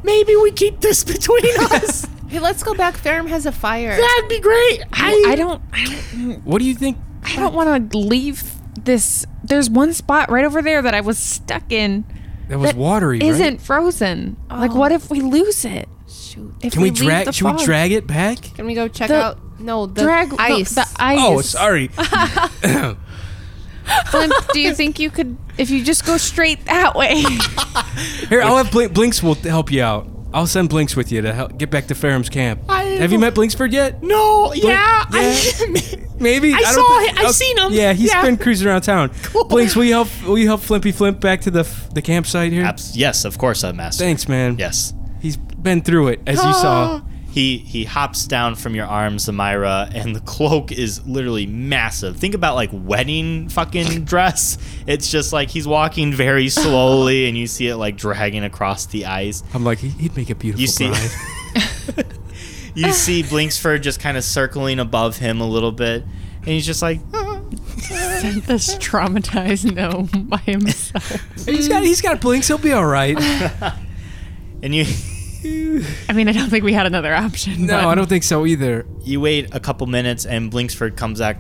Speaker 3: Maybe we keep this between us.
Speaker 4: Hey, let's go back. Ferrum has a fire. *laughs*
Speaker 3: That'd be great.
Speaker 1: I don't. I don't.
Speaker 2: What do you think?
Speaker 1: I don't want to leave this. There's one spot right over there that I was stuck in.
Speaker 2: That was
Speaker 1: that
Speaker 2: watery, right?
Speaker 1: Isn't frozen. Like, what if we lose it?
Speaker 4: Shoot.
Speaker 1: If
Speaker 2: Can we,
Speaker 1: leave the
Speaker 2: drag? Should we
Speaker 1: frog?
Speaker 2: drag it back?
Speaker 4: Can we go check
Speaker 1: The-
Speaker 4: out? No, the
Speaker 1: Drag the-
Speaker 4: ice.
Speaker 1: The, ice.
Speaker 2: Oh, sorry. *laughs*
Speaker 1: Blimp, do you think you could, if you just go straight that way?
Speaker 2: Here, I'll have Blink- Blinks will help you out. I'll send Blinks with you to help get back to Ferrum's camp.
Speaker 3: I-
Speaker 2: have you met Blinksford yet?
Speaker 3: No, yeah.
Speaker 2: *laughs* Maybe
Speaker 3: I
Speaker 2: don't
Speaker 3: saw
Speaker 2: thi-
Speaker 3: it. I've
Speaker 2: oh,
Speaker 3: seen him.
Speaker 2: Yeah, he's
Speaker 3: Yeah.
Speaker 2: been cruising around
Speaker 3: *laughs*
Speaker 2: town. Blinks, will you help? Will you help Flimpy Flimp back to the f- the campsite here?
Speaker 3: yes, of course I'm master.
Speaker 2: Thanks, man.
Speaker 3: Yes.
Speaker 2: he's been through it as you saw.
Speaker 3: He he hops down from your arms, Amira, and the cloak is literally massive. Think about like wedding fucking dress. It's just like he's walking very slowly, and you see it like dragging across the ice.
Speaker 2: I'm like, he- he'd make a beautiful
Speaker 3: You see- *laughs*
Speaker 2: bride.
Speaker 3: You see Blinksford just kind of circling above him a little bit, and he's just like,
Speaker 1: *laughs* this traumatized *laughs* gnome by himself.
Speaker 2: he's got he's got Blinks. He'll be all
Speaker 3: *laughs*
Speaker 2: right.
Speaker 3: and you *laughs*
Speaker 1: I mean, I don't think we had another option.
Speaker 2: No,
Speaker 1: but-
Speaker 2: I don't think so either.
Speaker 3: you wait a couple minutes and Blinksford comes back,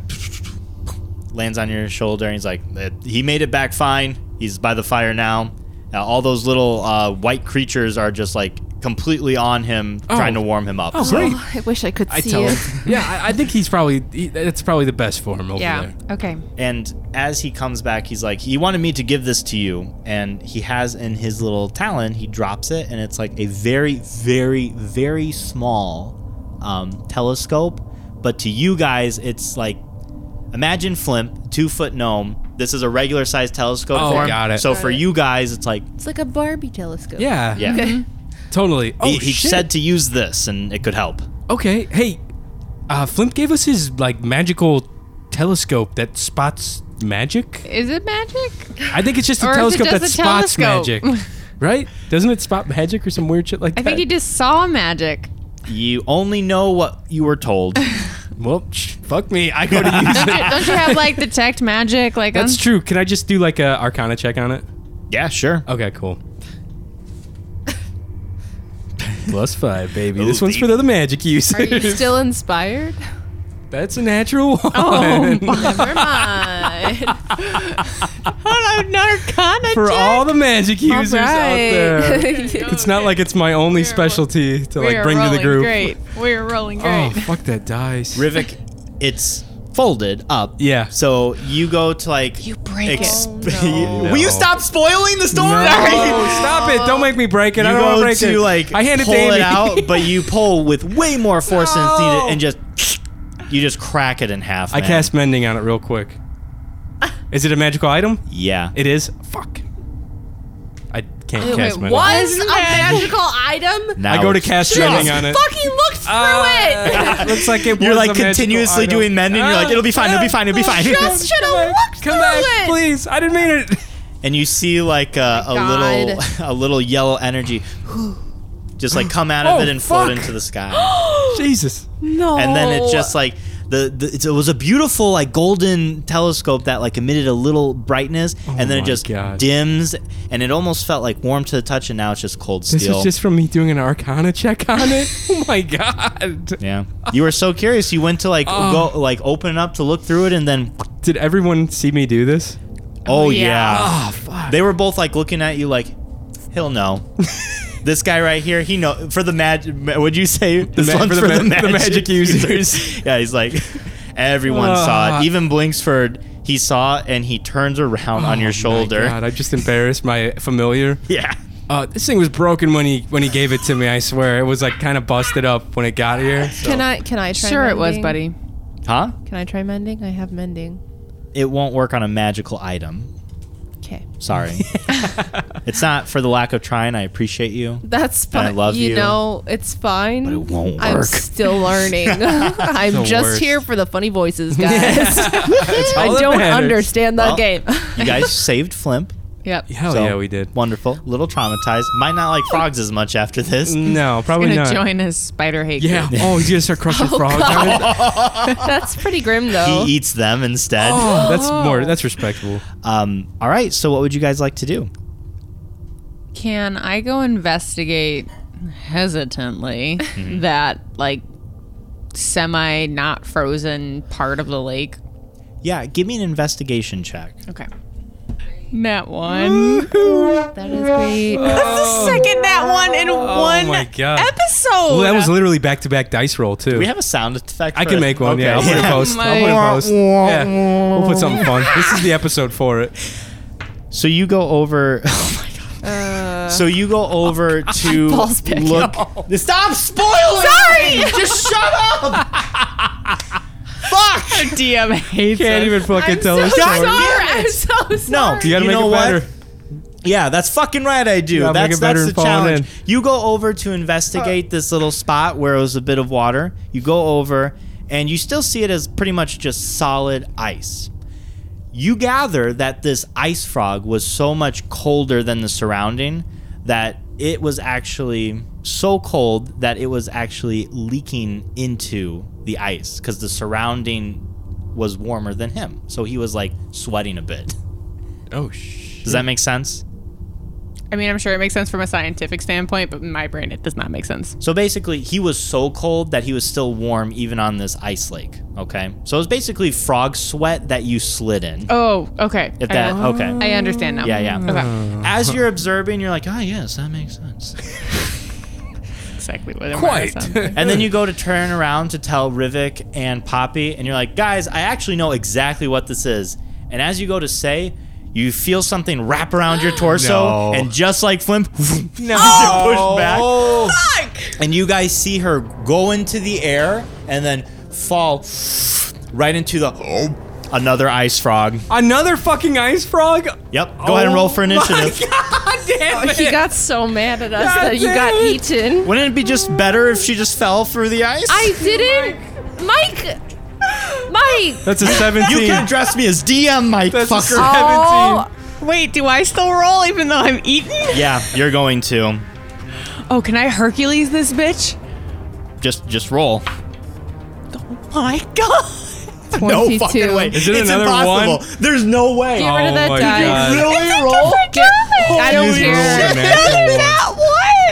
Speaker 3: lands on your shoulder, and he's like, "Eh, he made it back fine. He's by the fire now. Uh, all those little uh, white creatures are just like completely on him,
Speaker 2: Oh.
Speaker 3: trying to warm him up.
Speaker 2: Oh,
Speaker 3: So-
Speaker 2: great.
Speaker 4: I wish I could
Speaker 2: I
Speaker 4: see
Speaker 2: tell
Speaker 3: *laughs*
Speaker 4: it.
Speaker 2: him. Yeah, I, I think he's probably he, that's probably the best for him over
Speaker 4: Yeah.
Speaker 2: there.
Speaker 1: Okay.
Speaker 3: And as he comes back, he's like, he wanted me to give this to you. And he has in his little talon, he drops it, and it's like a very, very, very small um, telescope. But to you guys, it's like, imagine Flimp, two foot gnome. This is a regular sized telescope
Speaker 2: Oh,
Speaker 3: for him.
Speaker 2: got it.
Speaker 3: So for you guys, it's like,
Speaker 4: It's like a Barbie telescope.
Speaker 2: Yeah.
Speaker 3: yeah.
Speaker 2: totally. Oh,
Speaker 3: he, he
Speaker 2: shit.
Speaker 3: said to use this, and it could help.
Speaker 2: Okay, hey, uh, Flint gave us his like magical telescope that spots magic.
Speaker 1: Is it magic?
Speaker 2: I think it's just a
Speaker 1: Or if it
Speaker 2: telescope
Speaker 1: does
Speaker 2: that
Speaker 1: a
Speaker 2: spots
Speaker 1: telescope. *laughs*
Speaker 2: magic, right? Doesn't it spot magic or some weird shit like
Speaker 1: I
Speaker 2: that?
Speaker 1: think he just saw
Speaker 2: *laughs*
Speaker 1: magic.
Speaker 3: You only know what you were told.
Speaker 2: Well, sh- fuck me. I go to use
Speaker 1: Don't *laughs*
Speaker 2: it.
Speaker 1: you, don't you have like detect magic? Like
Speaker 2: That's
Speaker 1: on-
Speaker 2: true. Can I just do like a Arcana check on it?
Speaker 3: yeah, sure.
Speaker 2: Okay,
Speaker 1: *laughs*
Speaker 2: cool. Plus five, baby.
Speaker 3: Ooh,
Speaker 2: this one's for
Speaker 3: baby.
Speaker 2: the magic users.
Speaker 4: Are you still inspired?
Speaker 2: *laughs* That's a natural one.
Speaker 1: *laughs*
Speaker 2: *laughs*
Speaker 4: Never mind.
Speaker 1: Oh, no, Narcana
Speaker 2: for
Speaker 1: check?
Speaker 2: all the magic users out
Speaker 1: *laughs*
Speaker 4: *laughs*
Speaker 2: there. It's not like it's my only
Speaker 1: We're-
Speaker 2: specialty to
Speaker 1: We
Speaker 2: like
Speaker 1: are
Speaker 2: bring to the
Speaker 1: rolling
Speaker 2: group.
Speaker 1: Great. We're rolling
Speaker 2: Oh,
Speaker 1: great.
Speaker 2: fuck that dice.
Speaker 3: Rivik, it's folded up.
Speaker 2: Yeah.
Speaker 3: So you go to like.
Speaker 1: You break
Speaker 3: ex-
Speaker 1: it. Oh,
Speaker 3: Will
Speaker 2: No.
Speaker 3: *laughs* you stop spoiling the *laughs* story?
Speaker 2: No, Oh, stop it. Don't make me break it.
Speaker 3: You
Speaker 2: I don't want
Speaker 3: go
Speaker 2: break
Speaker 3: to
Speaker 2: it.
Speaker 3: like
Speaker 2: I hand it
Speaker 3: pull
Speaker 2: to Amy.
Speaker 3: it out, but you pull with way more force than it's needed, and just you just crack it in
Speaker 2: *laughs*
Speaker 3: half.
Speaker 2: I
Speaker 3: man.
Speaker 2: cast mending on it real quick. Is it a magical item?
Speaker 3: Yeah.
Speaker 2: It is. Fuck. I can't
Speaker 1: Wait,
Speaker 2: cast
Speaker 1: wait,
Speaker 2: mending.
Speaker 1: what?
Speaker 5: Is a magical item?
Speaker 3: now
Speaker 2: I go to
Speaker 3: it's-
Speaker 2: cast mending on it.
Speaker 5: Fucking looked through
Speaker 2: *laughs*
Speaker 5: it.
Speaker 2: Ah, looks like it.
Speaker 3: *laughs*
Speaker 2: was
Speaker 3: You're
Speaker 2: a
Speaker 3: like
Speaker 2: magical
Speaker 3: continuously
Speaker 2: item.
Speaker 3: doing mending. You're like,
Speaker 2: Ah,
Speaker 3: it'll be fine. It'll be
Speaker 2: ah,
Speaker 1: *laughs*
Speaker 3: fine. It'll be fine. *laughs*
Speaker 5: Just should
Speaker 2: Come
Speaker 5: have
Speaker 2: back,
Speaker 5: looked
Speaker 2: Come
Speaker 5: through
Speaker 2: back,
Speaker 5: it.
Speaker 4: *gasps*
Speaker 2: please. I didn't mean it. *laughs*
Speaker 3: and you see like uh, a,
Speaker 1: Oh
Speaker 3: a little *laughs* a little yellow energy *gasps* just like come out of
Speaker 2: Oh,
Speaker 3: it and float
Speaker 2: fuck.
Speaker 3: into
Speaker 1: *gasps*
Speaker 3: the sky *gasps*
Speaker 2: Jesus.
Speaker 5: No.
Speaker 3: and then
Speaker 2: Oh.
Speaker 3: it just like the, the it's- it was a beautiful like golden telescope that like emitted a little brightness and then it
Speaker 2: Oh my
Speaker 3: just
Speaker 2: God.
Speaker 3: dims and it almost felt like warm to the touch and now it's just cold
Speaker 2: This
Speaker 3: steel
Speaker 2: is just from me doing an Arcana check on it. *laughs* oh my god.
Speaker 3: yeah you were so curious you went to like
Speaker 2: *laughs* Oh.
Speaker 3: go like open it up to look through it and then
Speaker 2: Did everyone see me do this?
Speaker 3: oh,
Speaker 1: yeah.
Speaker 3: yeah.
Speaker 2: Ah, fuck.
Speaker 3: They were both like looking at you like,
Speaker 2: *laughs*
Speaker 3: he'll know. this guy right here, he know for the magic. Would you say this
Speaker 2: ma-
Speaker 3: one's
Speaker 2: for the
Speaker 3: for the,
Speaker 2: ma-
Speaker 3: magic,
Speaker 2: the magic users.
Speaker 3: *laughs* yeah, he's like, everyone saw
Speaker 2: Ah.
Speaker 3: it. Even Blinksford, he saw it and he turns around on your shoulder.
Speaker 2: Oh My god, I *laughs* just embarrassed my familiar.
Speaker 3: *laughs* yeah.
Speaker 2: Uh, this thing was broken when he when he gave it to me. I swear it was like kind of busted up when it got here.
Speaker 4: Can I? Can I try?
Speaker 1: Sure, it was,
Speaker 4: mending?
Speaker 1: buddy.
Speaker 3: Huh?
Speaker 4: Can I try mending? I have mending.
Speaker 3: It won't work on a magical item.
Speaker 4: Okay,
Speaker 2: *laughs*
Speaker 3: Sorry. *laughs* it's not for the lack of trying. I appreciate you.
Speaker 4: that's fine.
Speaker 3: I love you.
Speaker 4: know, it's fine.
Speaker 3: But it won't
Speaker 4: I'm
Speaker 3: work. *laughs*
Speaker 4: still learning. *laughs* I'm
Speaker 2: The
Speaker 4: just
Speaker 2: worst.
Speaker 4: here for the funny
Speaker 3: *laughs*
Speaker 4: voices, guys.
Speaker 2: That's all
Speaker 4: I
Speaker 2: that
Speaker 4: don't
Speaker 2: matters.
Speaker 4: understand that
Speaker 3: Well,
Speaker 4: game. *laughs*
Speaker 3: You *laughs* guys saved Flimp.
Speaker 1: Yep.
Speaker 2: Hell
Speaker 3: so
Speaker 2: yeah, we *laughs* did.
Speaker 3: Wonderful. Little traumatized. Might not like frogs as much after this.
Speaker 2: No, probably
Speaker 1: Gonna
Speaker 2: not.
Speaker 1: join his spider hate.
Speaker 2: Oh, *laughs* Yeah.
Speaker 1: group.
Speaker 2: Oh, he's gonna start crushing frogs.
Speaker 4: That's pretty grim, though.
Speaker 3: He eats them instead.
Speaker 2: *laughs* Oh, that's more. *laughs* That's respectable.
Speaker 3: Um, all right. So, what would you guys like to do?
Speaker 1: Can I go investigate
Speaker 2: *laughs*
Speaker 1: hesitantly
Speaker 2: Mm-hmm.
Speaker 1: that like semi not frozen part of the lake?
Speaker 3: Yeah, give me an investigation check.
Speaker 1: Okay. That one.
Speaker 4: That is great.
Speaker 2: Oh.
Speaker 1: Second that one in
Speaker 2: Oh
Speaker 1: one
Speaker 2: my god.
Speaker 1: episode.
Speaker 2: Well, that was literally back to back dice roll too.
Speaker 3: We have a sound effect.
Speaker 2: I
Speaker 3: for
Speaker 2: can
Speaker 3: it.
Speaker 2: make one. Yeah, I'll
Speaker 3: Okay.
Speaker 2: put
Speaker 3: *laughs*
Speaker 2: a post. I'll put a *laughs*
Speaker 1: My-
Speaker 2: post. Yeah, we'll put something fun. This is the episode for it.
Speaker 3: So you go over. *laughs* Oh my god. so you go over to
Speaker 1: Balls back
Speaker 3: look. Stop spoiling. Sorry. *laughs* Just shut up. Fuck.
Speaker 1: DM hates
Speaker 2: Can't
Speaker 1: us.
Speaker 2: even fucking tell us.
Speaker 3: sorry.
Speaker 2: story.
Speaker 5: I'm so sorry.
Speaker 3: No.
Speaker 2: You gotta make
Speaker 3: know
Speaker 2: it
Speaker 3: what?
Speaker 2: better.
Speaker 3: Yeah, that's fucking right. I do.
Speaker 2: Yeah, make
Speaker 3: that's
Speaker 2: it better
Speaker 3: that's the
Speaker 2: and phone
Speaker 3: challenge.
Speaker 2: in.
Speaker 3: You go over to investigate this little spot where it was a bit of water. You go over, and you still see it as pretty much just solid ice. You gather that this ice frog was so much colder than the surrounding that it was actually so cold that it was actually leaking into the ice because the surrounding was warmer than him. So he was like sweating a bit.
Speaker 2: Oh shit.
Speaker 3: Does that make sense?
Speaker 1: I mean, I'm sure it makes sense from a scientific standpoint, but in my brain, it does not make sense.
Speaker 3: So basically, he was so cold that he was still warm even on this ice lake. Okay. So it was basically frog sweat that you slid in.
Speaker 1: Oh, okay. Oh.
Speaker 3: If
Speaker 1: I
Speaker 3: that-
Speaker 1: know.
Speaker 3: okay.
Speaker 1: I understand now.
Speaker 3: Yeah, yeah.
Speaker 2: Oh.
Speaker 1: Okay.
Speaker 3: As you're observing, you're like, oh, yes, that makes sense.
Speaker 1: Exactly what it
Speaker 2: Quite. *laughs*
Speaker 1: was.
Speaker 3: and then you go to turn around to tell Rivik and Poppy, and you're like, guys, I actually know exactly what this is. And as you go to say, you feel something wrap around your torso,
Speaker 2: *gasps* No.
Speaker 3: and just like Flimp, *laughs*
Speaker 2: No.
Speaker 3: pushed back.
Speaker 2: Oh.
Speaker 3: and you guys see her go into the air and then fall right into the oh, another ice frog.
Speaker 2: Another fucking ice frog.
Speaker 3: Yep. Go ahead and roll for
Speaker 2: Oh my
Speaker 3: initiative.
Speaker 2: God,
Speaker 1: damn it.
Speaker 5: He got so mad at us
Speaker 2: God
Speaker 5: that you
Speaker 2: damn
Speaker 5: got
Speaker 2: it.
Speaker 5: eaten.
Speaker 3: Wouldn't it be just better if she just fell through the ice?
Speaker 4: I didn't, Mike. Mike.
Speaker 2: That's a 17.
Speaker 3: you can address me as DM, Mike
Speaker 2: That's a
Speaker 3: fucker.
Speaker 2: seven.
Speaker 4: Oh,
Speaker 1: Wait, do I still roll even though I'm eaten?
Speaker 3: yeah, you're going to
Speaker 1: Oh, can I Hercules this bitch?
Speaker 3: just just roll.
Speaker 1: My *laughs* God.
Speaker 3: *laughs* No
Speaker 4: 22.
Speaker 3: fucking way.
Speaker 2: Is it
Speaker 3: it's
Speaker 2: another
Speaker 3: impossible.
Speaker 2: one?
Speaker 3: There's no way.
Speaker 5: Get rid of
Speaker 2: Oh
Speaker 5: that
Speaker 2: my
Speaker 5: die.
Speaker 2: God.
Speaker 3: Really roll?
Speaker 5: I don't
Speaker 2: Holy
Speaker 5: care.
Speaker 2: shit, man.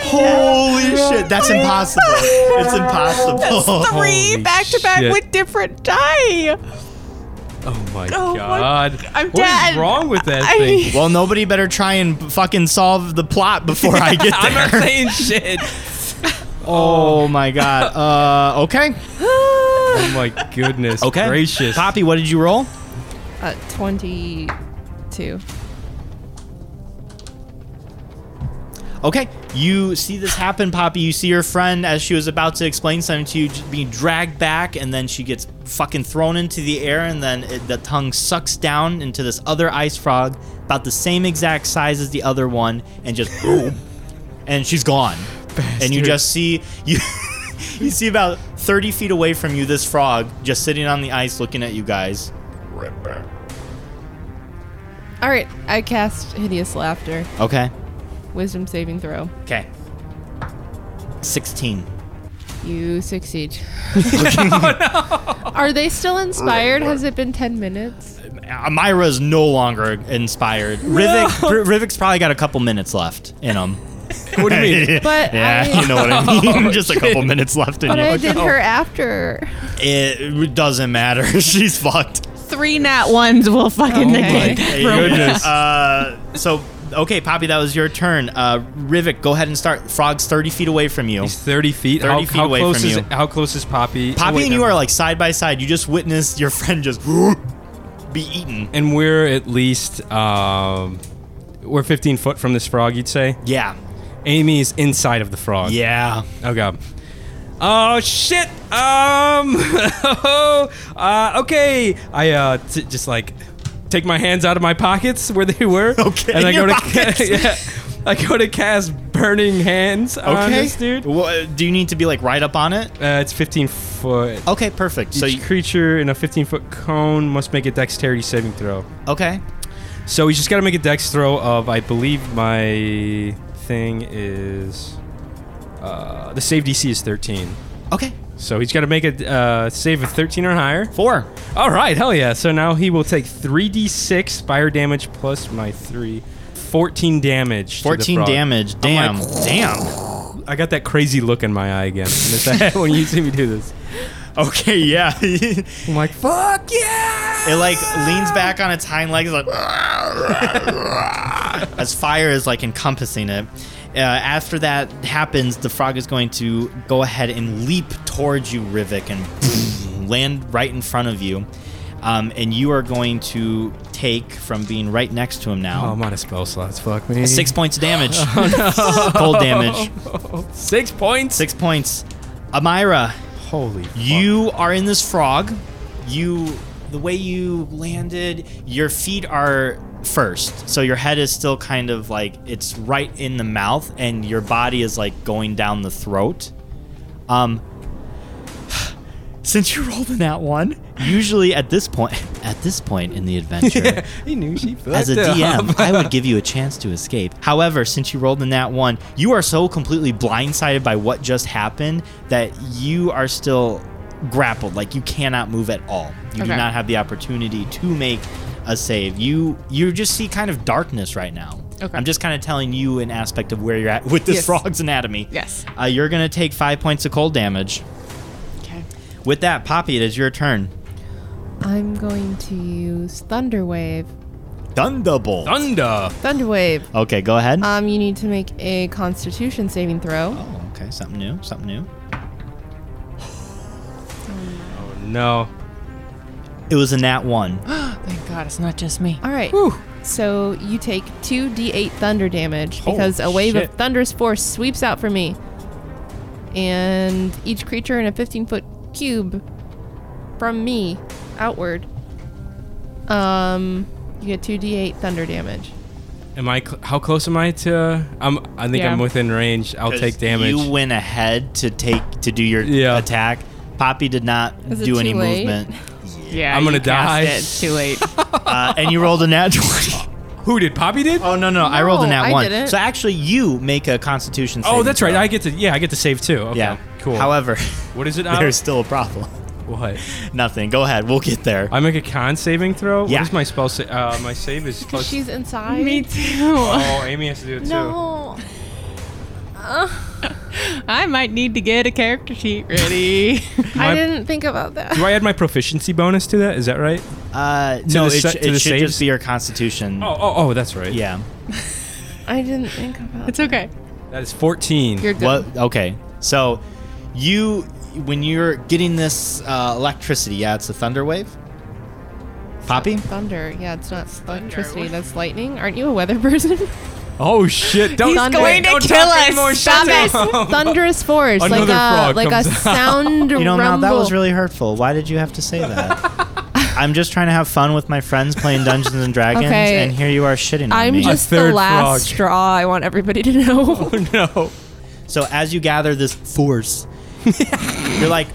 Speaker 3: Holy shit, that's impossible. It's impossible.
Speaker 1: Three
Speaker 2: Holy
Speaker 1: back to back
Speaker 2: shit.
Speaker 1: with different die.
Speaker 2: Oh my
Speaker 1: Oh my-
Speaker 2: god.
Speaker 1: I'm
Speaker 2: What is
Speaker 1: dead.
Speaker 2: wrong with that
Speaker 1: I-
Speaker 3: *laughs*
Speaker 2: thing?
Speaker 3: Well, nobody better try and b- fucking solve the plot before I *laughs* get there.
Speaker 2: I'm not saying shit.
Speaker 3: oh my god. Uh, okay.
Speaker 2: Oh my goodness.
Speaker 3: Okay.
Speaker 2: Gracious.
Speaker 3: Poppy, what did you roll?
Speaker 4: Uh, Twenty-two.
Speaker 3: Okay. You see this happen, Poppy. You see your friend as she was about to explain something to you just being dragged back, and then she gets fucking thrown into the air, and then it, the tongue sucks down into this other ice frog, about the same exact size as the other one, and just boom, and she's gone. And you
Speaker 2: Bastard.
Speaker 3: just see you. *laughs* you see about 30 feet away from you this frog just sitting on the ice looking at you guys.
Speaker 4: All right, I cast hideous laughter.
Speaker 3: Okay.
Speaker 4: Wisdom saving throw.
Speaker 3: Okay. 16. *laughs*
Speaker 4: You succeed.
Speaker 3: Oh,
Speaker 4: Are they still inspired? Has it been 10 minutes?
Speaker 3: Uh, Myra's no longer inspired. Rivik, R- Rivik's probably got a couple minutes left in him.
Speaker 2: what do you mean?
Speaker 4: But
Speaker 3: yeah,
Speaker 4: I-
Speaker 3: you know what I mean. *laughs* Just a couple minutes left in
Speaker 4: But
Speaker 3: you.
Speaker 4: I did her after.
Speaker 3: It doesn't matter. *laughs* She's fucked.
Speaker 1: Three nat ones will fucking *laughs*
Speaker 4: Okay.
Speaker 1: negate that. roll.
Speaker 2: goodness.
Speaker 3: Uh, so, okay, Poppy, that was your turn. Uh, Rivik, go ahead and start. Frog's 30 feet away from you.
Speaker 2: He's 30 feet.
Speaker 3: 30
Speaker 2: how,
Speaker 3: feet
Speaker 2: how
Speaker 3: away
Speaker 2: close
Speaker 3: from
Speaker 2: is
Speaker 3: you.
Speaker 2: how close is Poppy?
Speaker 3: Poppy
Speaker 2: Oh, wait,
Speaker 3: and you
Speaker 2: no.
Speaker 3: are like side by side. You just witnessed your *laughs* friend just *gasps* be eaten.
Speaker 2: and we're at least um we're 15 foot from this frog, you'd say.
Speaker 3: Yeah.
Speaker 2: Amy is inside of the frog.
Speaker 3: Yeah.
Speaker 2: Oh god. Oh shit. Um. *laughs* uh, okay. I uh t- just like take my hands out of my pockets where they were.
Speaker 3: *laughs* Okay,
Speaker 2: And I
Speaker 3: your
Speaker 2: go
Speaker 3: pockets.
Speaker 2: to *laughs* yeah, I go to cast burning hands on
Speaker 3: Okay.
Speaker 2: this dude. Uh,
Speaker 3: Wha- do you need to be like right up on it?
Speaker 2: it's 15 foot.
Speaker 3: Okay, perfect. Oh, So,
Speaker 2: Each
Speaker 3: you,
Speaker 2: creature in a 15 foot cone must make a dexterity saving throw.
Speaker 3: okay.
Speaker 2: So he's just got to make a dex throw of, I believe my thing is. Uh, the save DC is 13.
Speaker 3: Okay.
Speaker 2: So he's got to make a uh, save of 13 or higher.
Speaker 3: Four.
Speaker 2: All right, hell yeah. So now he will take 3d6 fire damage plus my 3. 14 damage. to the
Speaker 3: 14
Speaker 2: frog.
Speaker 3: damage. Damn.
Speaker 2: I'm
Speaker 3: Damn.
Speaker 2: I got that crazy look in my eye again It's that- *laughs* when you see me do this.
Speaker 3: Okay, yeah. *laughs* it
Speaker 2: I'm like, fuck yeah!
Speaker 3: like leans back on its hind legs like *laughs* as fire is like encompassing it. Uh, after that happens, the frog is going to go ahead and leap towards you, Rivik, and *laughs* land right in front of you. Um, and you are going to take from being right next to him
Speaker 2: Oh,
Speaker 3: now
Speaker 2: I'm out of spell slots. Fuck me.
Speaker 3: six points
Speaker 2: *laughs*
Speaker 3: of damage.
Speaker 2: Oh,
Speaker 3: Cold damage.
Speaker 2: six points.
Speaker 3: Six points. Amira,
Speaker 2: Holy.
Speaker 3: You are in this frog. You, the way you landed, your feet are first. So your head is still kind of like it's right in the mouth, and your body is like going down the throat. Um, since you rolled in that one, usually at this point, *laughs* at this point in the adventure,
Speaker 2: *laughs* He knew she fucked
Speaker 3: as a
Speaker 4: uh,
Speaker 2: up.
Speaker 4: *laughs*
Speaker 2: *laughs*
Speaker 3: DM, I would give you a chance to escape. However, since you rolled in that one, you are so completely blindsided by what just happened that you are still grappled. Like you cannot move at all. You do
Speaker 4: Okay.
Speaker 3: not have the opportunity to make a save. You you just see kind of darkness right now.
Speaker 4: Okay.
Speaker 3: I'm just kind of telling you an aspect of where you're at *laughs* with this
Speaker 4: Yes.
Speaker 3: frog's anatomy.
Speaker 4: Yes.
Speaker 3: Uh, you're gonna take five points of cold damage.
Speaker 4: Okay.
Speaker 3: With that, Poppy, it is your turn.
Speaker 4: I'm going to use Thunderwave.
Speaker 3: Thunderbolt.
Speaker 2: Thunder.
Speaker 4: Thunderwave.
Speaker 3: okay, go ahead.
Speaker 4: Um, you need to make a Constitution saving throw.
Speaker 3: oh, okay. Something new. Something new.
Speaker 2: Oh, no.
Speaker 3: It was a nat *gasps* one.
Speaker 1: Thank God it's not just me.
Speaker 4: All right. So you take two d8 thunder damage
Speaker 2: Holy
Speaker 4: because a wave
Speaker 2: shit.
Speaker 4: of thunderous force sweeps out from me, and each creature in a 15 foot cube from me outward. Um, you get two d8 thunder damage.
Speaker 2: Am I? Cl- how close am I to? I'm. I think
Speaker 1: Yeah.
Speaker 2: I'm within range. I'll
Speaker 3: 'Cause
Speaker 2: take damage.
Speaker 3: You went ahead to take to do your
Speaker 2: Yeah.
Speaker 3: attack. Poppy did not
Speaker 5: Is it
Speaker 3: do
Speaker 5: too
Speaker 3: any
Speaker 5: late?
Speaker 3: movement,
Speaker 1: Yeah,
Speaker 2: I'm gonna
Speaker 1: you cast
Speaker 2: die.
Speaker 1: It. Too *laughs* late.
Speaker 3: uh, and you rolled a nat twenty.
Speaker 2: Who did Poppy did?
Speaker 3: *laughs* Oh no, no, I rolled a
Speaker 1: No,
Speaker 3: nat
Speaker 1: I
Speaker 3: one.
Speaker 1: didn't.
Speaker 3: So actually, you make a Constitution.
Speaker 2: oh,
Speaker 3: saving
Speaker 2: that's right.
Speaker 3: throw.
Speaker 2: I get to. Yeah, I get to save too. Okay.
Speaker 3: yeah,
Speaker 2: Cool.
Speaker 3: *laughs* However,
Speaker 2: what is it? Now?
Speaker 3: there's still a problem. *laughs*
Speaker 2: what?
Speaker 3: Nothing. Go ahead. We'll get there.
Speaker 2: I make a con saving throw.
Speaker 3: Yeah.
Speaker 2: What is my spell? Sa- uh, my save is plus.
Speaker 4: She's inside.
Speaker 1: Me too.
Speaker 2: oh, Amy has to do it too.
Speaker 4: No.
Speaker 1: I might need to get a character sheet *laughs* ready.
Speaker 4: I
Speaker 2: My-
Speaker 4: didn't think about that.
Speaker 2: Do I add my proficiency bonus to that? Is that right?
Speaker 3: Uh, no,
Speaker 2: the
Speaker 3: it,
Speaker 2: sa-
Speaker 3: sh-
Speaker 2: to
Speaker 3: it
Speaker 2: the
Speaker 3: should
Speaker 2: saves?
Speaker 3: just be your Constitution.
Speaker 2: Oh, oh, oh, that's right.
Speaker 3: Yeah.
Speaker 4: I didn't think about
Speaker 1: it's okay.
Speaker 2: That is 14.
Speaker 1: You're good.
Speaker 3: What? Okay. So, you when you're getting this uh, electricity, yeah, it's a thunder wave. Poppy.
Speaker 4: thunder. Yeah, it's not electricity. That's lightning. Aren't you a weather *laughs* person?
Speaker 2: oh shit! Don't.
Speaker 4: Thunder. going to
Speaker 2: don't
Speaker 1: kill
Speaker 2: talk
Speaker 1: us.
Speaker 2: anymore.
Speaker 1: Stop
Speaker 2: Shut
Speaker 1: it.
Speaker 2: up.
Speaker 4: *laughs* Thunderous force, like
Speaker 2: Another
Speaker 4: a
Speaker 2: frog
Speaker 4: like a
Speaker 2: comes out.
Speaker 3: *laughs*
Speaker 4: sound
Speaker 3: You know, Mal,
Speaker 4: rumble.
Speaker 3: that was really hurtful. Why did you have to say
Speaker 4: *laughs*
Speaker 3: that? I'm just trying to have fun with my friends playing Dungeons and Dragons,
Speaker 4: Okay.
Speaker 3: and here you are shitting on
Speaker 4: I'm
Speaker 3: me.
Speaker 4: just the
Speaker 2: third
Speaker 4: last
Speaker 2: frog.
Speaker 4: straw. I want everybody to know.
Speaker 2: Oh, *laughs* no.
Speaker 3: So as you gather this force, you're like,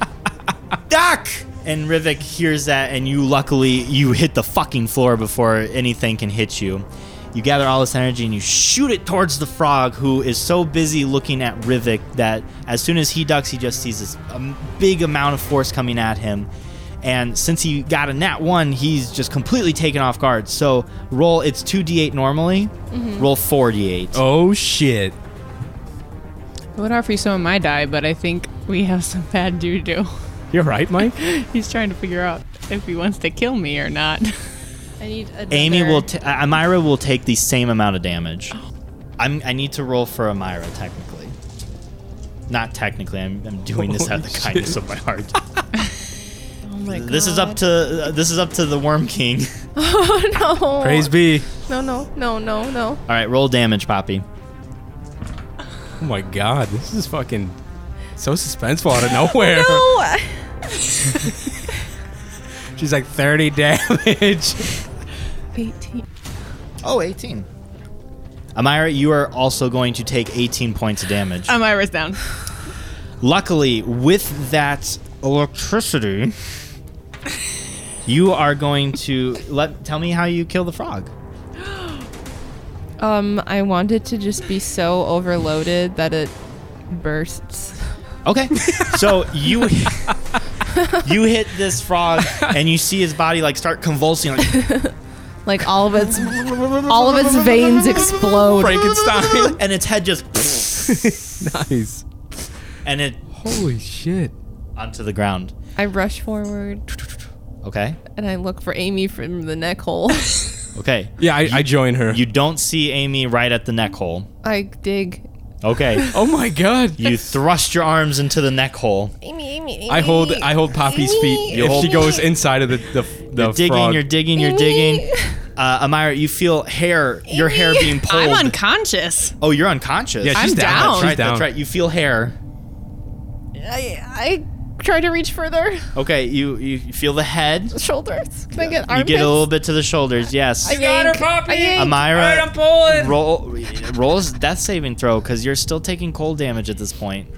Speaker 3: Doc! And Rivik hears that, and you luckily you hit the fucking floor before anything can hit you. You gather all this energy and you shoot it towards the frog, who is so busy looking at Rivik that as soon as he ducks, he just sees this um, big amount of force coming at him. And since he got a nat one, he's just completely taken off guard. So roll it's two d8 normally, roll four d8.
Speaker 2: Oh shit!
Speaker 1: I would offer you some of my die, but I think we have some bad juju.
Speaker 2: You're right, Mike.
Speaker 1: *laughs* He's trying to figure out if he wants to kill me or not. *laughs*
Speaker 5: I need a
Speaker 3: Amy will. T- uh, Amira will take the same amount of damage. I'm. I need to roll for Amira technically. Not technically. I'm. I'm doing this out of the kindness of my heart. *laughs*
Speaker 5: Oh my
Speaker 4: *laughs*
Speaker 5: god.
Speaker 3: this is up to. Uh, this is up to the Worm King. *laughs*
Speaker 4: oh no!
Speaker 2: Praise be.
Speaker 4: No, no, no, no, no.
Speaker 3: All right, roll damage, Poppy.
Speaker 2: Oh my god, this is fucking so suspenseful out of nowhere.
Speaker 5: No.
Speaker 2: She's like 30 damage.
Speaker 4: 18.
Speaker 3: Oh, 18. Amira, you are also going to take 18 points of damage.
Speaker 1: I'm Iris down.
Speaker 3: Luckily, with that electricity, you are going to let. Tell me how you kill the frog.
Speaker 4: Um, I wanted to just be so overloaded that it bursts.
Speaker 3: Okay. So you *laughs* you hit this frog and you see his body like start convulsing. Like,
Speaker 4: Like all of its all of its veins
Speaker 3: *laughs*
Speaker 4: explode.
Speaker 2: Frankenstein. *laughs*
Speaker 3: and its head just
Speaker 2: nice.
Speaker 3: and it
Speaker 2: Holy shit.
Speaker 3: onto the ground.
Speaker 4: I rush forward
Speaker 3: Okay.
Speaker 4: and I look for Amy from the neck *laughs* hole.
Speaker 3: Okay.
Speaker 2: Yeah, I, I join her.
Speaker 3: You don't see Amy right at the neck hole.
Speaker 4: I dig.
Speaker 3: Okay.
Speaker 2: oh my god.
Speaker 3: You thrust your arms into the neck hole.
Speaker 4: Amy, Amy, Amy.
Speaker 2: I hold I hold Poppy's feet.
Speaker 3: You
Speaker 2: if
Speaker 3: hold-
Speaker 2: she goes inside of the the, the
Speaker 3: You're digging,
Speaker 2: frog.
Speaker 3: you're digging, you're digging. Uh, Amira, you feel hair, your hair being pulled.
Speaker 1: I'm unconscious.
Speaker 3: oh, you're unconscious.
Speaker 2: yeah, she's
Speaker 1: I'm
Speaker 2: down.
Speaker 1: down.
Speaker 3: that's
Speaker 2: She's
Speaker 3: right,
Speaker 2: down.
Speaker 3: that's right. You feel hair.
Speaker 4: I, I try to reach further. *laughs*
Speaker 3: Okay, you you feel the head.
Speaker 4: Shoulders. Can I get
Speaker 3: You
Speaker 4: armpits?
Speaker 3: get a little bit to the shoulders. Yes.
Speaker 4: I got her, Poppy.
Speaker 3: Amira,
Speaker 2: I'm pulling.
Speaker 3: roll rolls death saving throw because you're still taking cold damage at this point.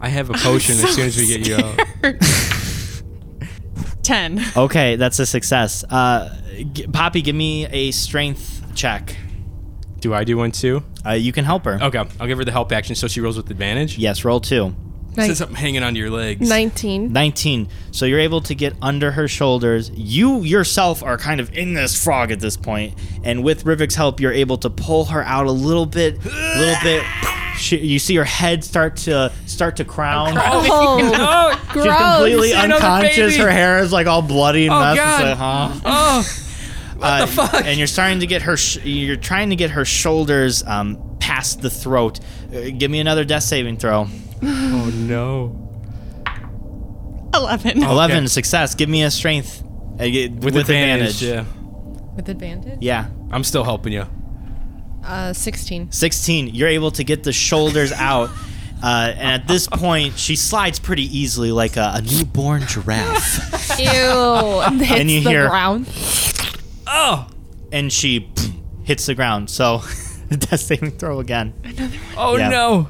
Speaker 2: I have a
Speaker 3: *laughs*
Speaker 2: potion as soon as we get you out.
Speaker 1: Ten.
Speaker 3: Okay, that's a success. Uh, g- Poppy, give me a strength check.
Speaker 2: Do I do one too?
Speaker 3: Uh, you can help her.
Speaker 2: Okay, I'll give her the help action so she rolls with advantage.
Speaker 3: Yes, roll two.
Speaker 2: Since I'm hanging onto your legs.
Speaker 4: 19.
Speaker 3: 19. So you're able to get under her shoulders. You yourself are kind of in this frog at this point, and with Rivik's help, you're able to pull her out a little bit, a little bit. She, you see her head start to start to crown.
Speaker 4: Oh,
Speaker 2: Oh,
Speaker 3: *laughs*
Speaker 4: gross.
Speaker 3: She's completely
Speaker 2: another
Speaker 3: unconscious.
Speaker 2: baby.
Speaker 3: Her hair is like all bloody and
Speaker 2: Oh,
Speaker 3: messed.
Speaker 2: God.
Speaker 3: It's like, huh?
Speaker 2: oh.
Speaker 3: Uh, And you're starting to get her. Sh- you're trying to get her shoulders um, past the throat. Uh, give me another death
Speaker 2: *laughs*
Speaker 3: saving throw.
Speaker 2: Oh no.
Speaker 1: Eleven.
Speaker 3: Eleven success. Give me a strength uh, g- with,
Speaker 2: Yeah.
Speaker 4: With advantage?
Speaker 3: Yeah.
Speaker 2: I'm still helping you.
Speaker 4: Uh, 16.
Speaker 3: 16 you're able to get
Speaker 2: *laughs*
Speaker 3: the shoulders out uh, and at this point she slides pretty easily like a, a newborn giraffe
Speaker 4: Ew. and hits
Speaker 3: you
Speaker 4: the
Speaker 3: hear-
Speaker 4: ground.
Speaker 2: Oh.
Speaker 3: and she *clears throat* hits the ground. So *laughs* death saving throw again
Speaker 2: Oh
Speaker 3: Yeah.
Speaker 2: no.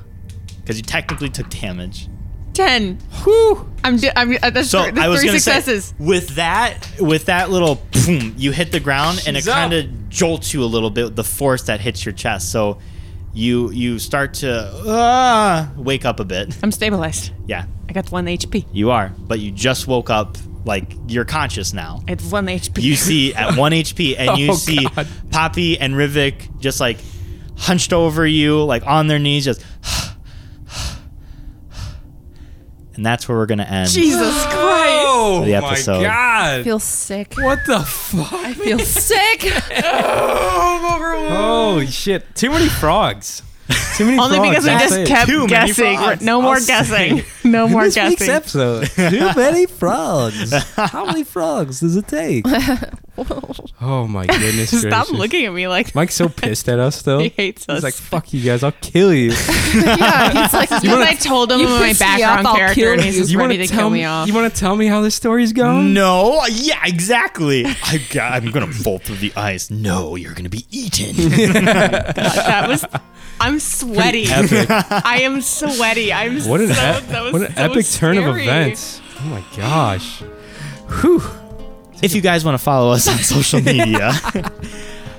Speaker 3: because you technically took damage.
Speaker 1: Ten.
Speaker 2: Whew.
Speaker 1: I'm. Do- I'm. Uh, that's
Speaker 3: So
Speaker 1: three, that's
Speaker 3: I was
Speaker 1: three
Speaker 3: gonna
Speaker 1: successes.
Speaker 3: say with that with that little *clears throat* boom, you hit the ground and it
Speaker 2: She's up.
Speaker 3: kind of jolts you a little bit with the force that hits your chest. So you you start to uh, wake up
Speaker 1: *laughs*
Speaker 3: a bit.
Speaker 1: I'm stabilized.
Speaker 3: Yeah,
Speaker 1: I got one HP.
Speaker 3: you are, but you just woke up. Like you're conscious now.
Speaker 1: It's one HP.
Speaker 3: You
Speaker 2: *laughs*
Speaker 3: see at one HP, and you
Speaker 2: Oh,
Speaker 3: see
Speaker 2: God.
Speaker 3: Poppy and Rivik just like hunched over you, like on their knees, just. *sighs* And that's where we're gonna end.
Speaker 1: Jesus Christ.
Speaker 2: Oh
Speaker 3: The
Speaker 2: my
Speaker 3: episode.
Speaker 2: god.
Speaker 4: Feel sick.
Speaker 2: What the
Speaker 1: *laughs*
Speaker 2: fuck?
Speaker 4: Feel sick.
Speaker 2: Holy shit. Too many frogs. Too many
Speaker 1: *laughs* Only
Speaker 2: frogs.
Speaker 1: because we
Speaker 2: I'll
Speaker 1: just
Speaker 2: say it.
Speaker 1: kept
Speaker 3: Too many
Speaker 1: guessing.
Speaker 3: frogs.
Speaker 1: No more guessing. No more
Speaker 2: this week's
Speaker 1: guessing. *laughs*
Speaker 2: episode. Too many frogs. How many frogs does
Speaker 1: *laughs*
Speaker 2: it take? oh my goodness
Speaker 1: Stop
Speaker 2: gracious.
Speaker 1: looking at me like
Speaker 2: Mike's so pissed at us though.
Speaker 1: *laughs* he hates us.
Speaker 2: He's like, "Fuck you guys! I'll kill you."
Speaker 4: yeah, he's like,
Speaker 1: Because I told him my
Speaker 4: piss me off,
Speaker 1: background
Speaker 4: I'll
Speaker 1: character,
Speaker 4: kill
Speaker 1: and *laughs* he's
Speaker 4: you.
Speaker 1: just
Speaker 2: you
Speaker 1: ready
Speaker 2: wanna
Speaker 1: to
Speaker 2: tell
Speaker 1: kill me off.
Speaker 2: You want to tell me how this story's going?
Speaker 3: No, yeah, exactly. I got, I'm gonna fall through the ice. No, you're gonna be
Speaker 2: *laughs*
Speaker 3: eaten.
Speaker 1: that was. I'm sweaty.
Speaker 2: Epic.
Speaker 1: *laughs* I am sweaty. I'm.
Speaker 2: What an,
Speaker 1: so,
Speaker 2: ep-
Speaker 1: that was
Speaker 2: what an
Speaker 1: so
Speaker 2: epic turn of
Speaker 1: scary.
Speaker 2: events. Oh my gosh. Whew.
Speaker 3: if you guys want to follow us on
Speaker 2: *laughs*
Speaker 3: social media,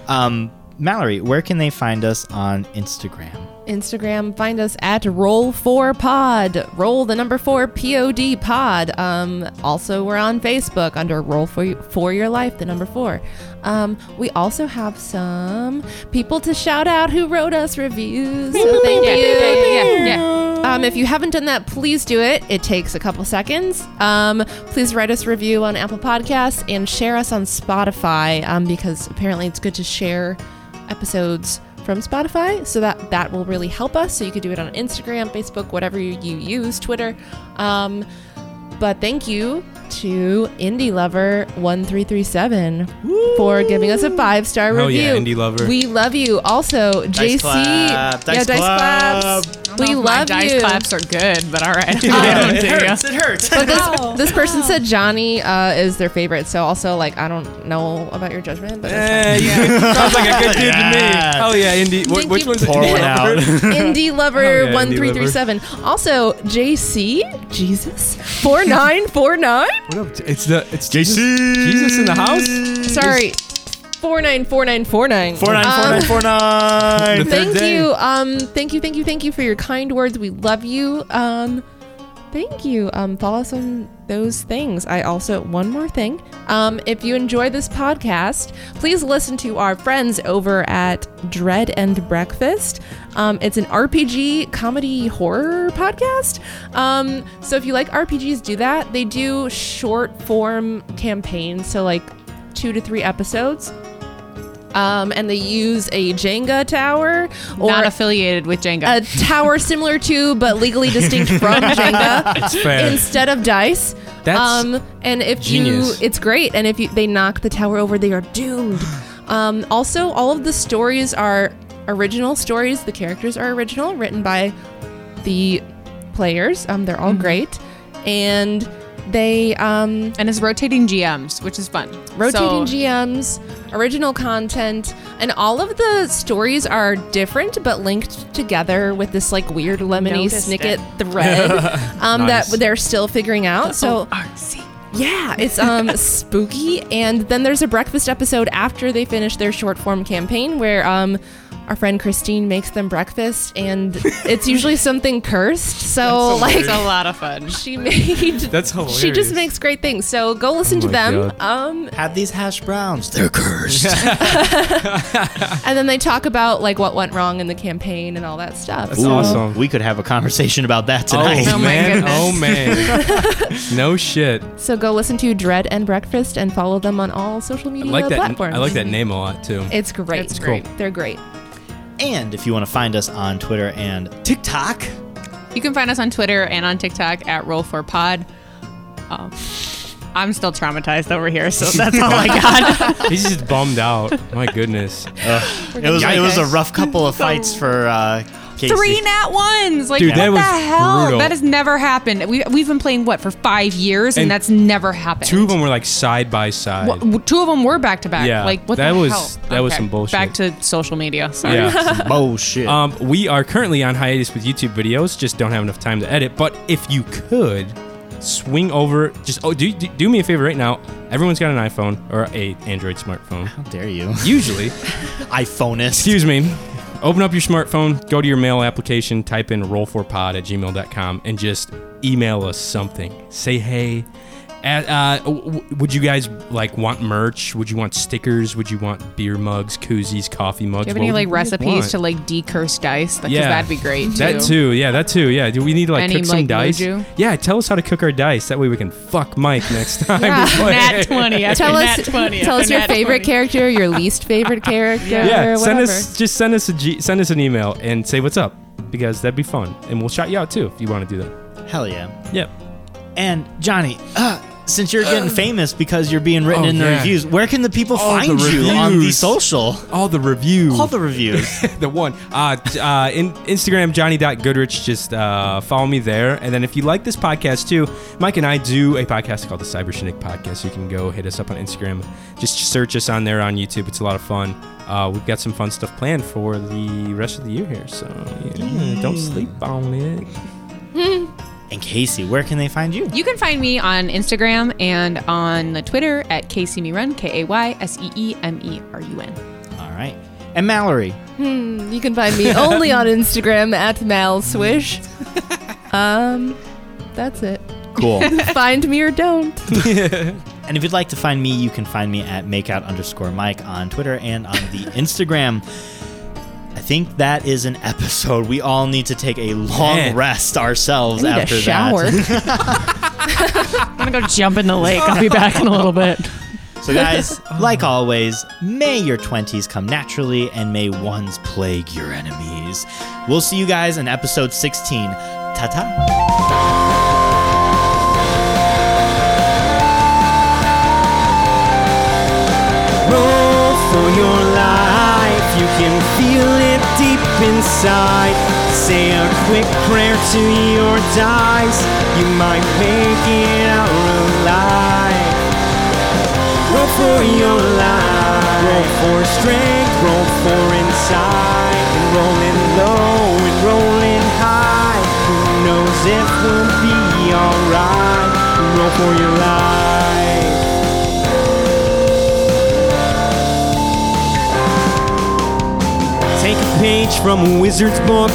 Speaker 3: um, Mallory, where can they find us on
Speaker 2: *laughs*
Speaker 3: Instagram?
Speaker 4: Instagram, find us at Roll4Pod. Roll the number four P O D pod. Um, also, we're on Facebook under Roll for, for Your Life, the number four. Um, we also have some people to shout out who wrote us reviews. So thank you. Um, if you haven't done that, please do it. It takes a couple seconds. Um, please write us a review on Apple Podcasts and share us on Spotify um, because apparently it's good to share episodes from Spotify. So that that will really help us. So you could do it on Instagram, Facebook, whatever you, you use, Twitter. Um, but thank you to Indie Lover one three three seven for giving us a five star
Speaker 2: Hell
Speaker 4: review.
Speaker 2: yeah, Indie Lover.
Speaker 4: We love you. Also, JC,
Speaker 3: clap, dice
Speaker 4: yeah, dice
Speaker 3: clap.
Speaker 4: claps.
Speaker 1: I
Speaker 4: We
Speaker 1: don't know if my
Speaker 4: love
Speaker 1: dice
Speaker 4: you.
Speaker 1: claps are good, but all
Speaker 2: *laughs*
Speaker 1: right. *laughs* I don't dig ya.
Speaker 3: It hurts.
Speaker 4: But this, this person said Johnny uh, is their favorite. So also, like, I don't know about your judgment, but that's
Speaker 2: *laughs* Hey, you sounds like a good dude to me.
Speaker 3: Yeah.
Speaker 2: Hell yeah, Indy. Wh-
Speaker 4: Thank
Speaker 2: which
Speaker 4: you.
Speaker 2: one's it?
Speaker 3: Pour
Speaker 2: *laughs*
Speaker 3: one out.
Speaker 4: fine. *laughs* Indie
Speaker 2: Oh,
Speaker 4: Lover
Speaker 2: yeah,
Speaker 4: one three three seven. Also, JC Jesus four nine four nine.
Speaker 2: What up? It's the it's
Speaker 3: JC.
Speaker 2: Jesus in the house.
Speaker 4: Sorry, four nine four nine four nine Um,
Speaker 3: Four nine four nine
Speaker 2: *laughs*
Speaker 3: four nine.
Speaker 2: third
Speaker 4: Thank
Speaker 2: day.
Speaker 4: you, um, thank you, thank you, thank you for your kind words. We love you. Um, thank you. Um, follow us on those things. I also one more thing. Um, if you enjoy this podcast, please listen to our friends over at Dread and Breakfast. Um, it's an RPG comedy horror podcast. Um, so if you like RPGs, do that. They do short form campaigns, so like two to three episodes. Um, and they use a Jenga tower or
Speaker 1: Not affiliated with Jenga.
Speaker 4: a tower similar to but legally distinct from Jenga
Speaker 2: Fair.
Speaker 4: instead of dice.
Speaker 2: That's
Speaker 4: um, and if
Speaker 2: genius.
Speaker 4: you, it's great. And if you, they knock the tower over, they are
Speaker 2: *gasps*
Speaker 4: doomed. Um, also, all of the stories are original stories. The characters are original, written by the players. Um, they're all
Speaker 2: Mm-hmm.
Speaker 4: great, and they um,
Speaker 1: and it's rotating GMs, which is fun.
Speaker 4: rotating
Speaker 1: So-
Speaker 4: GMs, original content, and all of the stories are different but linked together with this like weird lemony
Speaker 1: Noticed it.
Speaker 2: *laughs*
Speaker 4: snicket thread um,
Speaker 3: Nice.
Speaker 4: that they're still figuring out.
Speaker 1: oh,
Speaker 4: So
Speaker 1: RC.
Speaker 4: yeah,
Speaker 2: *laughs*
Speaker 4: it's um spooky. And then there's a breakfast episode after they finish their short form campaign where um. Our friend Christine makes them breakfast, and
Speaker 2: *laughs*
Speaker 4: it's usually something cursed. So, like,
Speaker 1: It's a lot of fun.
Speaker 4: she made.
Speaker 2: *laughs* That's
Speaker 4: She
Speaker 2: hilarious. Oh
Speaker 4: just makes great things. So go listen to
Speaker 2: my
Speaker 4: them.
Speaker 2: God.
Speaker 4: Um,
Speaker 3: Have these hash browns. They're *laughs* cursed.
Speaker 4: And then they talk about like what went wrong in the campaign and all that stuff.
Speaker 2: That's awesome.
Speaker 3: We could have a conversation about that
Speaker 2: Oh,
Speaker 3: tonight.
Speaker 1: Oh my
Speaker 2: man.
Speaker 1: goodness.
Speaker 2: Oh
Speaker 1: *laughs*
Speaker 2: man. no shit.
Speaker 4: So go listen to Dread and Breakfast and follow them on all social
Speaker 2: I
Speaker 4: media
Speaker 2: like that.
Speaker 4: platforms.
Speaker 2: I like that name a lot too.
Speaker 4: It's great.
Speaker 1: It's
Speaker 2: Cool.
Speaker 1: great.
Speaker 4: They're great.
Speaker 3: *laughs* And if you want to find us on Twitter and TikTok,
Speaker 1: You can find us on Twitter and on TikTok at Roll4Pod. Um, I'm still traumatized over here, so that's all
Speaker 2: *laughs*
Speaker 1: I got. *laughs*
Speaker 2: He's just bummed out. My goodness.
Speaker 3: it was it was a
Speaker 1: Yikes.
Speaker 3: *laughs* rough couple of fights for uh, Casey.
Speaker 1: Three nat ones. Like
Speaker 2: Dude,
Speaker 1: what
Speaker 2: that was
Speaker 1: the hell?
Speaker 2: brutal.
Speaker 1: That has never happened. We we've been playing what for five years, and,
Speaker 2: And
Speaker 1: that's never happened.
Speaker 2: Two of them were like side by side.
Speaker 1: Wha- w- two of them were back to back.
Speaker 2: Yeah,
Speaker 1: like what
Speaker 2: that
Speaker 1: the
Speaker 2: was-
Speaker 1: hell?
Speaker 2: that was some bullshit.
Speaker 1: Back to social media. Sorry. *laughs*
Speaker 2: Yeah.
Speaker 3: Bullshit.
Speaker 2: Um, we are currently on hiatus with YouTube videos, just don't have enough time to edit. But if you could swing over, just oh, do, do, do me a favor right now. Everyone's got an iPhone or a Android smartphone.
Speaker 3: How dare you? *laughs*
Speaker 2: Usually,
Speaker 3: iPhoneist.
Speaker 2: excuse me. Open up your smartphone, go to your mail application, type in roll4pod at gmail.com, and just email us something. Say hey. At, uh, w- w- would you guys like want merch? Would you want stickers? Would you want beer mugs, koozies, coffee mugs?
Speaker 1: Do you have
Speaker 2: What
Speaker 1: any like
Speaker 2: would
Speaker 1: recipes
Speaker 2: want?
Speaker 1: to like decurse dice? Because that'd be great. Too.
Speaker 2: That too, yeah, that too, yeah. Do we need to like
Speaker 1: Any,
Speaker 2: cook some
Speaker 1: like,
Speaker 2: dice?
Speaker 1: mojo?
Speaker 2: Yeah, tell us how to cook our dice. That way we can fuck Mike next
Speaker 1: *laughs*
Speaker 2: time. we
Speaker 4: Yeah.
Speaker 1: *laughs*
Speaker 2: play. *laughs*
Speaker 1: Nat twenty. after
Speaker 4: Tell
Speaker 1: nat
Speaker 4: us,
Speaker 1: 20,
Speaker 4: tell
Speaker 1: after
Speaker 4: us your
Speaker 1: nat 20.
Speaker 4: favorite character, your least favorite character,
Speaker 2: Yeah,
Speaker 4: or
Speaker 2: send
Speaker 4: whatever.
Speaker 2: us just send us a G, send us an email and say what's up because that'd be fun, and we'll shout you out too if you want to do that.
Speaker 3: Hell yeah.
Speaker 2: Yeah.
Speaker 3: And Johnny, uh, since you're getting famous because you're being written
Speaker 2: Oh,
Speaker 3: in the
Speaker 2: yeah.
Speaker 3: reviews, where can the people
Speaker 2: All the
Speaker 3: find you on the
Speaker 2: reviews.
Speaker 3: social?
Speaker 2: All the reviews. *laughs*
Speaker 3: All the reviews. *laughs*
Speaker 2: the one. Uh, t- uh, in Instagram, Johnny.Goodrich. Just uh, follow me there. And then if you like this podcast too, Mike and I do a podcast called the Cyber Shindig Podcast. You can go hit us up on Instagram. Just search us on there on YouTube. It's a lot of fun. Uh, we've got some fun stuff planned for the rest of the year here. So yeah, don't sleep on it.
Speaker 3: and Casey, where can they find you?
Speaker 1: You can find me on Instagram and on the Twitter at KCMeRun, K A Y S E E M E R U N.
Speaker 3: All right. And Mallory.
Speaker 4: Hmm, You can find me only on Instagram at Mal Swish. Um, that's it.
Speaker 3: Cool.
Speaker 4: Find me or don't.
Speaker 3: And if you'd like to find me, you can find me at makeout underscore Mike on Twitter and on
Speaker 1: *laughs*
Speaker 3: the Instagram. I think that is an episode. We all need to take a long
Speaker 2: Man.
Speaker 3: rest ourselves
Speaker 1: I need
Speaker 3: after
Speaker 1: a
Speaker 3: *laughs*
Speaker 1: shower.
Speaker 3: that.
Speaker 1: I'm gonna go jump in the lake. I'll be back in a little bit.
Speaker 3: So, guys, like always, may your 20s come naturally and may ones plague your enemies. We'll see you guys in episode 16. Ta ta.
Speaker 6: roll for your life. You can feel it deep inside. Say a quick prayer to your dice. You might make it out alive. Roll for your life. Roll for strength. Roll for insight. And rolling low and rolling high. Who knows if we'll be alright? Roll for your life. Take a page from a wizard's book.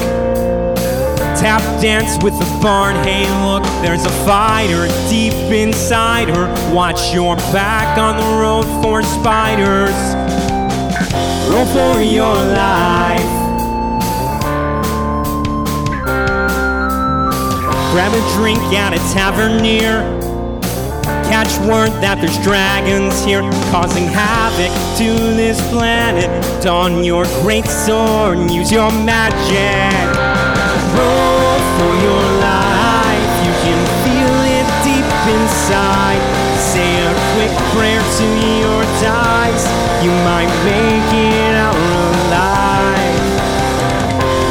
Speaker 6: Tap dance with the barn. Hey, look, there's a fighter deep inside her. Watch your back on the road for spiders. Roll for your life. Grab a drink at a tavern near. Catch word that there's dragons here causing havoc to this planet. Don your great sword and use your magic. Roll for your life, you can feel it deep inside. Say a quick prayer to your dice, you might make it out alive.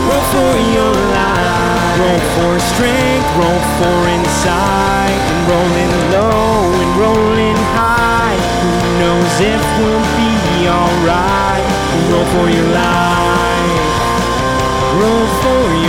Speaker 6: Roll for your life. Roll for strength. Roll for insight. And rolling low and rolling high. Who knows if we'll be alright? Roll for your life. Roll for your